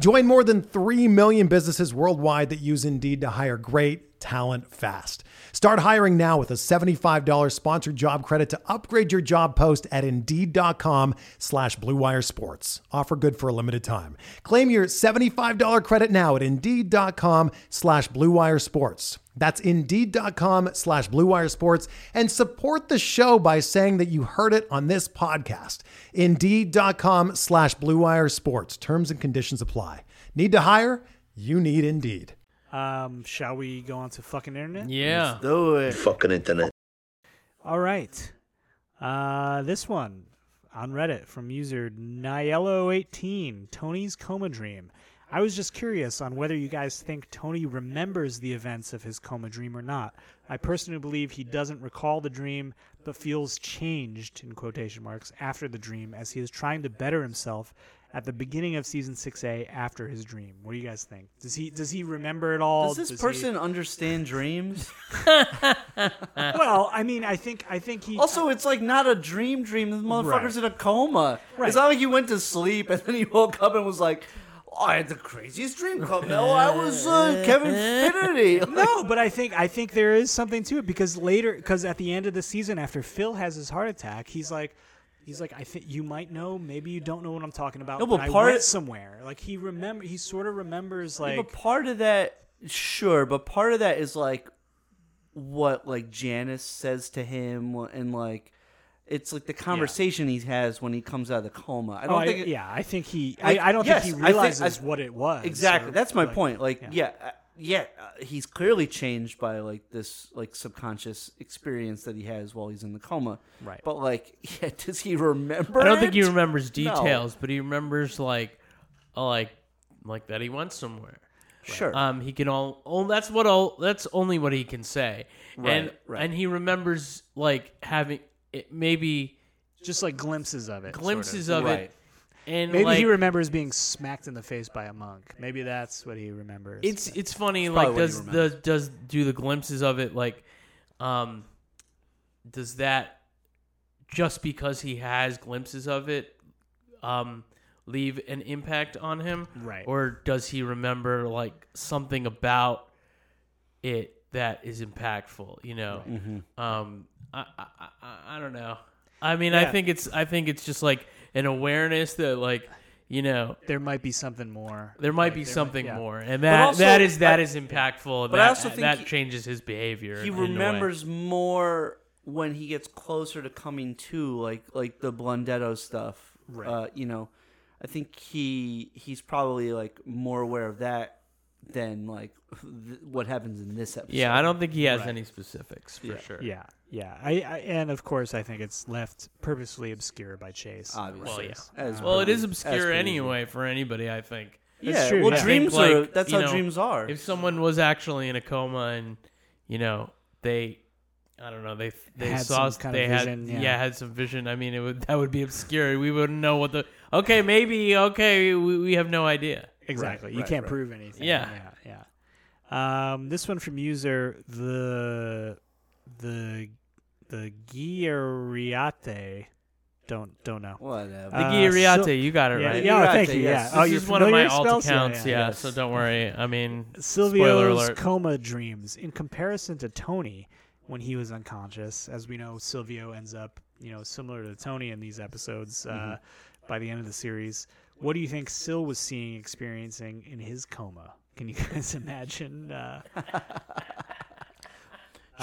Speaker 4: Join more than 3 million businesses worldwide that use Indeed to hire great talent fast. Start hiring now with a $75 sponsored job credit to upgrade your job post at Indeed.com slash BlueWire Sports. Offer good for a limited time. Claim your $75 credit now at Indeed.com slash BlueWire Sports. That's Indeed.com slash BlueWire Sports. And support the show by saying that you heard it on this podcast. Indeed.com slash BlueWire Sports. Terms and conditions apply. Need to hire? You need Indeed.
Speaker 3: Um, shall we go on to fucking internet?
Speaker 1: Yeah.
Speaker 2: Do it.
Speaker 5: Fucking internet.
Speaker 3: All right. Uh, this one on Reddit from user Niello18, Tony's Coma Dream. I was just curious on whether you guys think Tony remembers the events of his coma dream or not. I personally believe he doesn't recall the dream, but feels changed, in quotation marks, after the dream as he is trying to better himself at the beginning of season 6A after his dream. What do you guys think? Does he does he remember it all?
Speaker 2: Does this
Speaker 3: he-
Speaker 2: person understand dreams?
Speaker 3: *laughs* Well, I mean, I think I think he
Speaker 2: Also, it's like not a dream dream. This motherfucker's in a coma.
Speaker 3: Right.
Speaker 2: It's not like he went to sleep and then he woke up and was like, oh, I had the craziest dream. Come no, I was uh, Kevin Finnerty.
Speaker 3: No, but I think I think there is something to it because later, because at the end of the season, after Phil has his heart attack, he's like, he's like, I think you might know, maybe you don't know what I'm talking about.
Speaker 2: No, but
Speaker 3: I
Speaker 2: part-
Speaker 3: went somewhere. Like he remember, he sort of remembers like
Speaker 2: but part of that, sure, but part of that is like what like Janice says to him, and like it's like the conversation he has when he comes out of the coma. I
Speaker 3: Oh,
Speaker 2: don't
Speaker 3: I-
Speaker 2: think, it,
Speaker 3: yeah, I think he. I,
Speaker 2: I-
Speaker 3: I, don't
Speaker 2: yes, I
Speaker 3: think he
Speaker 2: think-
Speaker 3: realizes
Speaker 2: I-
Speaker 3: what it was.
Speaker 2: exactly.
Speaker 3: or,
Speaker 2: That's my
Speaker 3: like,
Speaker 2: point. Like, yeah, uh, yeah, uh, he's clearly changed by like this like subconscious experience that he has while he's in the coma.
Speaker 3: Right.
Speaker 2: But like, *laughs* yeah, does he remember?
Speaker 1: I don't think he
Speaker 2: it?
Speaker 1: remembers
Speaker 2: No.
Speaker 1: details, but he remembers like, uh, like, like that he went somewhere.
Speaker 2: Sure.
Speaker 1: Um, he can all. Oh, that's what all. That's only what he can say. and
Speaker 2: Right, right.
Speaker 1: and he remembers like having it, maybe
Speaker 3: just like glimpses of it. sort of.
Speaker 1: glimpses of,
Speaker 2: Right.
Speaker 1: it. And
Speaker 3: Maybe
Speaker 1: like,
Speaker 3: he remembers being smacked in the face by a monk. Maybe that's what he remembers.
Speaker 1: It's it's funny.
Speaker 2: probably
Speaker 1: Like
Speaker 2: what he
Speaker 1: does the does do the glimpses of it like, um, does that just because he has glimpses of it, um, leave an impact on him,
Speaker 3: Right.
Speaker 1: Or does he remember like something about it that is impactful? You know, um, I, I I I don't know. I mean, I
Speaker 3: Yeah.
Speaker 1: think it's I think it's just like an awareness that like you know
Speaker 3: there might be something more.
Speaker 1: there might
Speaker 3: Like,
Speaker 1: be
Speaker 3: there
Speaker 1: something
Speaker 3: yeah.
Speaker 1: more, and that
Speaker 2: also-
Speaker 1: that is that
Speaker 2: I-
Speaker 1: is impactful.
Speaker 2: But
Speaker 1: that,
Speaker 2: I also think
Speaker 1: that
Speaker 2: he-
Speaker 1: changes his behavior.
Speaker 2: he
Speaker 1: in a way.
Speaker 2: remembers more when he gets closer to coming to like like the blundetto stuff
Speaker 3: Right.
Speaker 2: uh, you know i think he he's probably like more aware of that than like th- what happens in this episode
Speaker 1: Yeah, I don't think he has any specifics for
Speaker 2: Yeah.
Speaker 1: sure.
Speaker 3: Yeah, yeah. I, I and of course I think it's left purposely obscure by Chase.
Speaker 2: obviously
Speaker 1: Well, yeah.
Speaker 2: As
Speaker 1: Well, it
Speaker 2: per-
Speaker 1: is
Speaker 2: as per
Speaker 1: obscure
Speaker 2: usual.
Speaker 1: anyway for anybody. I think.
Speaker 2: yeah
Speaker 3: That's true,
Speaker 2: well
Speaker 3: yeah.
Speaker 2: dreams
Speaker 1: think,
Speaker 2: are
Speaker 1: like,
Speaker 2: that's
Speaker 1: you
Speaker 2: how
Speaker 1: know,
Speaker 2: dreams are
Speaker 1: If someone was actually in a coma and you know they, I don't know, they they
Speaker 3: Had
Speaker 1: saw
Speaker 3: some kind of
Speaker 1: they
Speaker 3: vision,
Speaker 1: had
Speaker 3: yeah.
Speaker 1: had some vision. I mean, it would that would be obscure. we wouldn't know what the okay maybe okay we, we have no idea.
Speaker 3: Exactly. you
Speaker 2: right,
Speaker 3: can't
Speaker 2: right.
Speaker 3: prove anything.
Speaker 1: Yeah.
Speaker 3: Yeah. yeah. Um, this one from user the the the Guiriate. Don't don't know.
Speaker 2: whatever
Speaker 1: The
Speaker 3: Uh,
Speaker 1: Guiriate,
Speaker 3: so-
Speaker 1: you got it
Speaker 3: yeah,
Speaker 1: right.
Speaker 3: yeah,
Speaker 2: Guiriate,
Speaker 3: thank you.
Speaker 2: yes.
Speaker 3: Yeah. Oh,
Speaker 1: this
Speaker 3: you're
Speaker 1: is one of my
Speaker 3: familiar
Speaker 1: alt
Speaker 3: spells?
Speaker 1: accounts, yeah, So don't worry. I mean, spoiler
Speaker 3: Silvio's
Speaker 1: alert.
Speaker 3: coma dreams in comparison to Tony when he was unconscious. As we know, Silvio ends up, you know, similar to Tony in these episodes uh,
Speaker 1: Mm-hmm.
Speaker 3: by the end of the series. What do you think Sil was seeing, experiencing in his coma? Can you *laughs* guys imagine? Uh,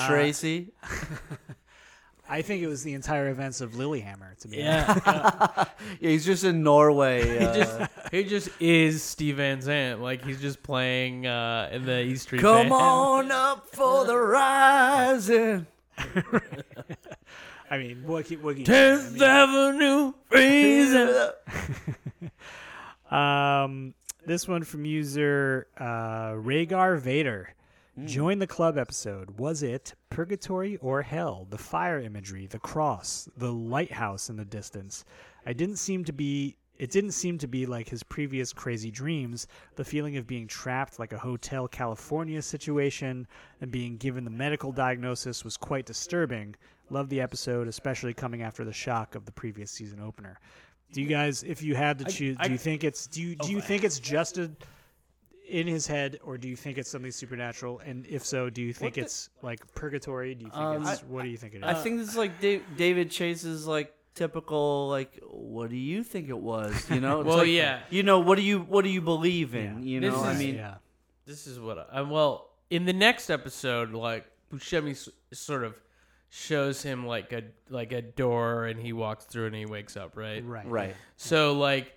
Speaker 2: tracy
Speaker 3: I think it was the entire events of Lilyhammer, to be honest.
Speaker 1: yeah,
Speaker 2: yeah he's just in norway uh,
Speaker 1: *laughs* he just is Steve Van Zandt. Like he's just playing uh, in the East Street. *laughs*
Speaker 2: come
Speaker 1: Band.
Speaker 2: on up for the rising
Speaker 3: I mean, what, can- what can you-
Speaker 1: Tenth Avenue freezing.
Speaker 3: Um, this one from user uh, Rhaegar Vader. Join the club episode. Was it Purgatory or Hell? The fire imagery, the cross, the lighthouse in the distance. I didn't seem to be. It didn't seem to be like his previous crazy dreams, the feeling of being trapped like a Hotel California situation and being given the medical diagnosis was quite disturbing. Love the episode, especially coming after the shock of the previous season opener. Do you guys, if you had to choose,
Speaker 1: I- Oh
Speaker 3: do you think it's do you do you think it's just a in his head, or do you think it's something supernatural? And if so, do you think it's like purgatory? Do you think it's what do you think it is?
Speaker 2: Um,
Speaker 1: Uh,
Speaker 2: I think this is like Da- David Chase's like typical like what do you think it was you know It's
Speaker 1: Well,
Speaker 2: like,
Speaker 1: yeah.
Speaker 2: you know what do you what do you believe in you
Speaker 1: This
Speaker 2: know I
Speaker 1: is-
Speaker 2: mean
Speaker 3: yeah,
Speaker 1: *laughs* This is what I, well in the next episode, like Buscemi s- sort of shows him like a like a door, and he walks through and he wakes up, right?
Speaker 3: right,
Speaker 2: right
Speaker 1: So like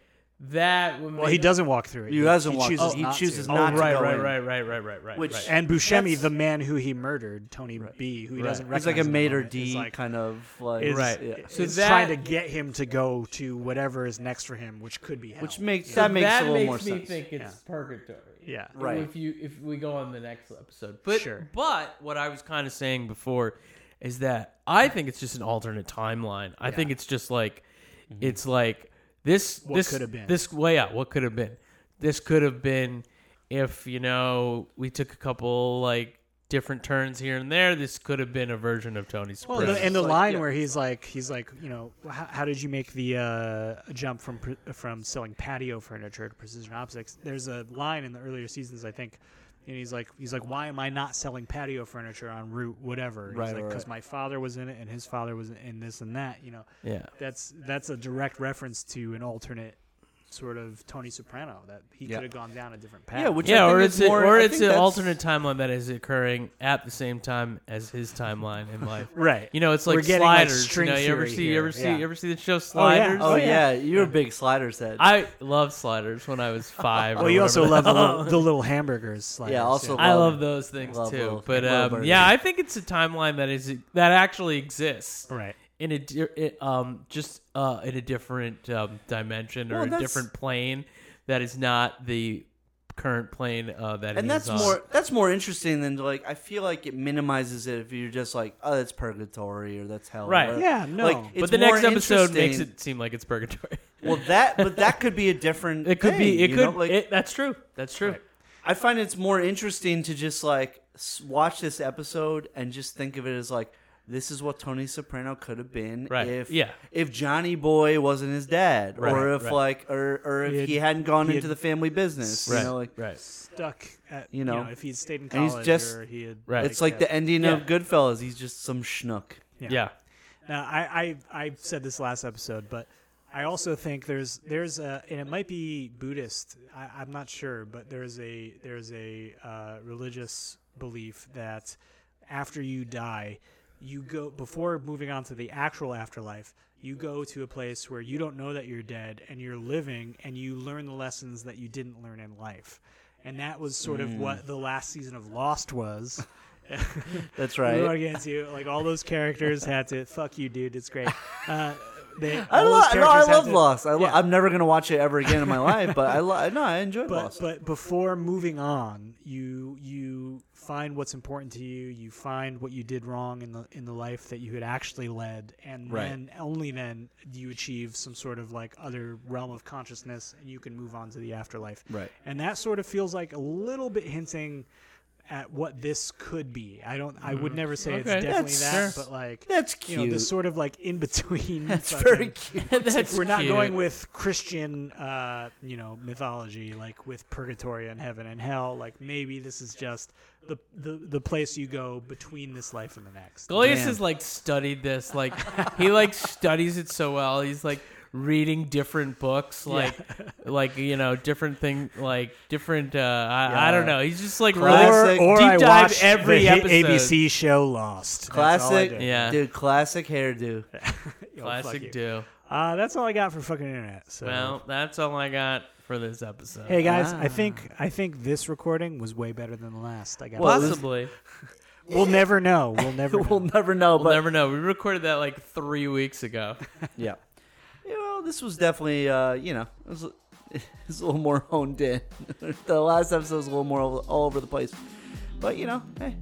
Speaker 1: that. would
Speaker 3: Well,
Speaker 1: make-
Speaker 3: he doesn't walk through it.
Speaker 2: He doesn't walk
Speaker 3: chooses
Speaker 2: through it. He
Speaker 3: not to.
Speaker 2: chooses
Speaker 1: Oh,
Speaker 2: not to
Speaker 1: right,
Speaker 2: go
Speaker 1: right,
Speaker 2: in.
Speaker 1: right, right, right, right, right.
Speaker 2: Which-
Speaker 1: right.
Speaker 3: And Buscemi,
Speaker 2: That's-
Speaker 3: the man who he murdered, Tony B, who he doesn't
Speaker 2: he's
Speaker 3: recognize.
Speaker 2: like a
Speaker 3: in the
Speaker 2: maitre
Speaker 3: moment, is
Speaker 2: d
Speaker 3: like-
Speaker 2: kind of like
Speaker 3: is,
Speaker 1: Right.
Speaker 2: yeah.
Speaker 3: So
Speaker 1: So
Speaker 3: is
Speaker 1: that-
Speaker 3: trying to get him to go to whatever is next for him, which could be hell.
Speaker 2: which makes
Speaker 1: So
Speaker 2: that makes a little
Speaker 1: makes
Speaker 2: more
Speaker 1: me
Speaker 2: sense
Speaker 1: think it's purgatory.
Speaker 3: yeah,
Speaker 2: Right.
Speaker 1: If you if we go on the next episode, but
Speaker 3: Sure.
Speaker 1: but what I was kind of saying before is that I think it's just an alternate timeline. I think it's just like it's like this
Speaker 3: Mm-hmm. What
Speaker 1: this
Speaker 3: could have been.
Speaker 1: this way out. What could have been? This could have been if you know we took a couple like different turns here and there. This could have been a version of Tony
Speaker 3: Well,
Speaker 1: Soprano.
Speaker 3: and Oh, the, and the
Speaker 2: Like,
Speaker 3: line
Speaker 2: yeah.
Speaker 3: where he's like, he's like, you know, how, how did you make the uh, jump from pr- from selling patio furniture to precision optics? There's a line in the earlier seasons, I think, and he's like, he's like, why am I not selling patio furniture on route whatever? He's
Speaker 2: Right,
Speaker 3: like,
Speaker 2: right,
Speaker 3: because
Speaker 2: right.
Speaker 3: my father was in it, and his father was in this and that. You know,
Speaker 1: Yeah.
Speaker 3: that's that's a direct reference to an alternate sort of Tony Soprano that he
Speaker 2: Yeah.
Speaker 3: could have gone down a different path.
Speaker 2: yeah which I
Speaker 1: yeah,
Speaker 2: think
Speaker 1: or
Speaker 2: is
Speaker 1: it's a,
Speaker 2: more,
Speaker 1: or
Speaker 2: I
Speaker 1: it's
Speaker 2: think
Speaker 1: an
Speaker 2: that's-
Speaker 1: alternate timeline that is occurring at the same time as his timeline in life.
Speaker 3: *laughs* right.
Speaker 1: You know, it's
Speaker 3: We're
Speaker 1: like
Speaker 3: getting, like,
Speaker 1: sliders.
Speaker 3: string
Speaker 1: you, know, you ever
Speaker 3: theory
Speaker 1: see
Speaker 3: here.
Speaker 1: you ever see
Speaker 3: Yeah.
Speaker 1: you ever see the show Sliders?
Speaker 2: oh
Speaker 3: Oh,
Speaker 2: yeah
Speaker 3: yeah.
Speaker 2: you're a big sliders head
Speaker 1: I love sliders when I
Speaker 2: *laughs*
Speaker 1: was five.
Speaker 3: Well, you also love the little, *laughs* the little hamburgers. Like,
Speaker 2: also
Speaker 1: I
Speaker 2: Oh, Love-
Speaker 1: love those things
Speaker 2: love
Speaker 1: too.
Speaker 2: little-
Speaker 1: but
Speaker 2: little
Speaker 1: um,
Speaker 2: burgers.
Speaker 1: yeah, I think it's a timeline that is that actually exists
Speaker 3: right.
Speaker 1: in a di- it, um just uh in a different um, dimension or
Speaker 2: Well,
Speaker 1: a
Speaker 2: that's-
Speaker 1: different plane that is not the current plane uh, that
Speaker 2: and
Speaker 1: he's
Speaker 2: that's
Speaker 1: on.
Speaker 2: more that's more interesting than like I feel like it minimizes it if you're just like oh that's purgatory or that's hell
Speaker 1: Right.
Speaker 2: Or-
Speaker 3: Yeah, no.
Speaker 2: like,
Speaker 3: But
Speaker 1: But
Speaker 2: it's
Speaker 1: the next
Speaker 2: more
Speaker 1: episode makes
Speaker 2: interesting-
Speaker 1: it seem like it's purgatory. *laughs*
Speaker 2: well that but that could be a different
Speaker 1: It could
Speaker 2: thing,
Speaker 1: be. It
Speaker 2: you
Speaker 1: could.
Speaker 2: know? like
Speaker 1: it, that's true. That's true.
Speaker 2: I find it's more interesting to just like s- watch this episode and just think of it as like this is what Tony Soprano could have been
Speaker 1: Right.
Speaker 2: if
Speaker 1: Yeah.
Speaker 2: if Johnny Boy wasn't his dad or
Speaker 1: Right,
Speaker 2: if
Speaker 1: right.
Speaker 2: like or or if
Speaker 3: He
Speaker 2: he,
Speaker 3: had-
Speaker 2: hadn't gone
Speaker 3: he
Speaker 2: into
Speaker 3: had-
Speaker 2: the family business you
Speaker 1: Right.
Speaker 2: know like
Speaker 1: right.
Speaker 3: stuck at
Speaker 2: You know,
Speaker 3: if he'd stayed in
Speaker 2: and he's
Speaker 3: college
Speaker 2: just-
Speaker 3: or he had
Speaker 1: Right.
Speaker 2: it's like the ending of
Speaker 1: Yeah.
Speaker 2: Goodfellas he's just some schnook
Speaker 3: Yeah.
Speaker 1: Yeah.
Speaker 3: Now, I, I I said this last episode, but I also think there's there's a and it might be Buddhist. I, I'm not sure, but there's a there's a uh, religious belief that after you die, you go before moving on to the actual afterlife. You go to a place where you don't know that you're dead and you're living, and you learn the lessons that you didn't learn in life. And that was sort of what the last season of Lost was.
Speaker 2: that's
Speaker 3: We
Speaker 2: right
Speaker 3: were against you. Like all those characters had to fuck you, dude. It's great. Uh, they,
Speaker 2: I,
Speaker 3: all
Speaker 2: lo-
Speaker 3: those
Speaker 2: no, I
Speaker 3: characters had
Speaker 2: love
Speaker 3: to-
Speaker 2: Lost. I lo-
Speaker 3: Yeah.
Speaker 2: I'm never gonna watch it ever again in
Speaker 3: *laughs*
Speaker 2: my life, but I lo- no, I enjoyed
Speaker 3: But
Speaker 2: Lost.
Speaker 3: but before moving on, you you find what's important to you. You find what you did wrong in the in the life that you had actually led, and
Speaker 2: Right.
Speaker 3: then only then do you achieve some sort of like other realm of consciousness, and you can move on to the afterlife.
Speaker 2: Right.
Speaker 3: And that sort of feels like a little bit hinting at what this could be. I don't. I would never say it's
Speaker 1: Okay.
Speaker 3: definitely
Speaker 2: Mm-hmm. That's-
Speaker 3: that, but like
Speaker 2: That's
Speaker 3: you know,
Speaker 2: cute.
Speaker 3: this sort of like in between.
Speaker 2: That's
Speaker 3: *laughs*
Speaker 2: very cute.
Speaker 1: That's
Speaker 3: We're not
Speaker 1: cute.
Speaker 3: going with Christian, uh, you know, mythology like with purgatory and heaven and hell. Like maybe this is just the the, the place you go between this life and the next.
Speaker 1: Goliath
Speaker 2: Man.
Speaker 1: has like studied this. Like he like studies it so well. He's like reading different books, like like you know different thing, like different. Uh, I, I don't know. He's just like really.
Speaker 2: Classic.
Speaker 1: Deep dive every *laughs*
Speaker 3: hit
Speaker 1: episode.
Speaker 3: ABC show Lost. That's all I
Speaker 2: Classic,
Speaker 3: did.
Speaker 1: Yeah.
Speaker 2: dude. Classic hairdo.
Speaker 3: Yo, fuck you.
Speaker 1: classic do.
Speaker 3: Uh, that's all I got for fucking internet. So.
Speaker 1: Well, ah. that's all I got for this episode.
Speaker 3: Hey guys, I think I think this recording was way better than the last. I got
Speaker 2: Well, this-
Speaker 1: possibly
Speaker 3: we'll never know.
Speaker 2: *laughs*
Speaker 3: We'll never.
Speaker 2: we'll
Speaker 3: know.
Speaker 2: never know,
Speaker 1: we'll
Speaker 2: but
Speaker 1: never know. We recorded that like three weeks ago.
Speaker 2: yeah. You know, this was definitely, uh, you know, it was, *laughs* it was a little more honed in. *laughs* the last episode was a little more all, all over the place, but you know, hey,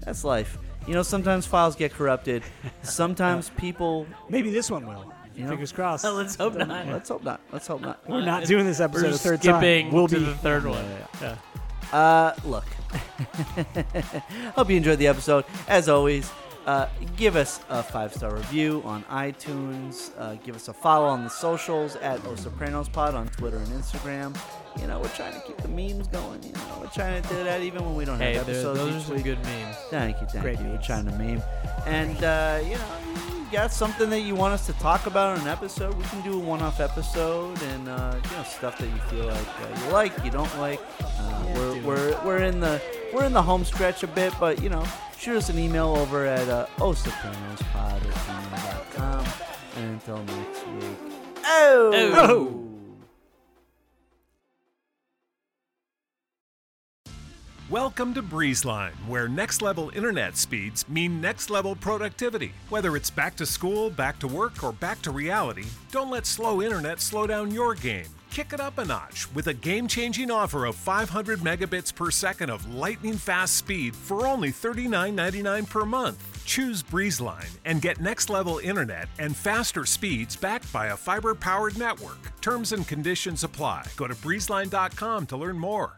Speaker 2: that's life. You know, sometimes files get corrupted. Sometimes people.
Speaker 3: Maybe this one will.
Speaker 2: You know.
Speaker 3: Fingers crossed.
Speaker 1: Let's hope not.
Speaker 2: Let's hope not. Let's hope not.
Speaker 3: We're not doing this episode
Speaker 1: We're
Speaker 3: a third
Speaker 1: skipping
Speaker 3: time. We'll
Speaker 1: to
Speaker 3: be
Speaker 1: the third one.
Speaker 2: *laughs* Uh, look. Hope you enjoyed the episode. As always, Uh, give us a five star review on iTunes. Uh, give us a follow on the socials at O Sopranos Pod on Twitter and Instagram. You know, we're trying to keep the memes going. You know, we're trying to do that even when we don't
Speaker 1: Hey,
Speaker 2: have
Speaker 1: there,
Speaker 2: episodes
Speaker 1: those are
Speaker 2: each
Speaker 1: some
Speaker 2: week.
Speaker 1: good memes.
Speaker 2: Thank you, thank
Speaker 3: Great
Speaker 2: you. We're
Speaker 3: memes.
Speaker 2: trying to meme. And, uh, you know, you got something that you want us to talk about on an episode? We can do a one off episode and, uh, you know, stuff that you feel like uh, you like, you don't like. Uh, we're, we're, we're in the we're in the home stretch a bit, but, you know, shoot us an email over at uh, osopranospod at gmail.com. And until next week. Oh!
Speaker 1: Oh.
Speaker 5: Welcome to BreezeLine, where next level internet speeds mean next level productivity. Whether it's back to school, back to work, or back to reality, don't let slow internet slow down your game. Kick it up a notch with a game changing offer of 500 megabits per second of lightning fast speed for only $39.99 per month. Choose BreezeLine and get next level internet and faster speeds backed by a fiber powered network. Terms and conditions apply. Go to breezeline.com to learn more.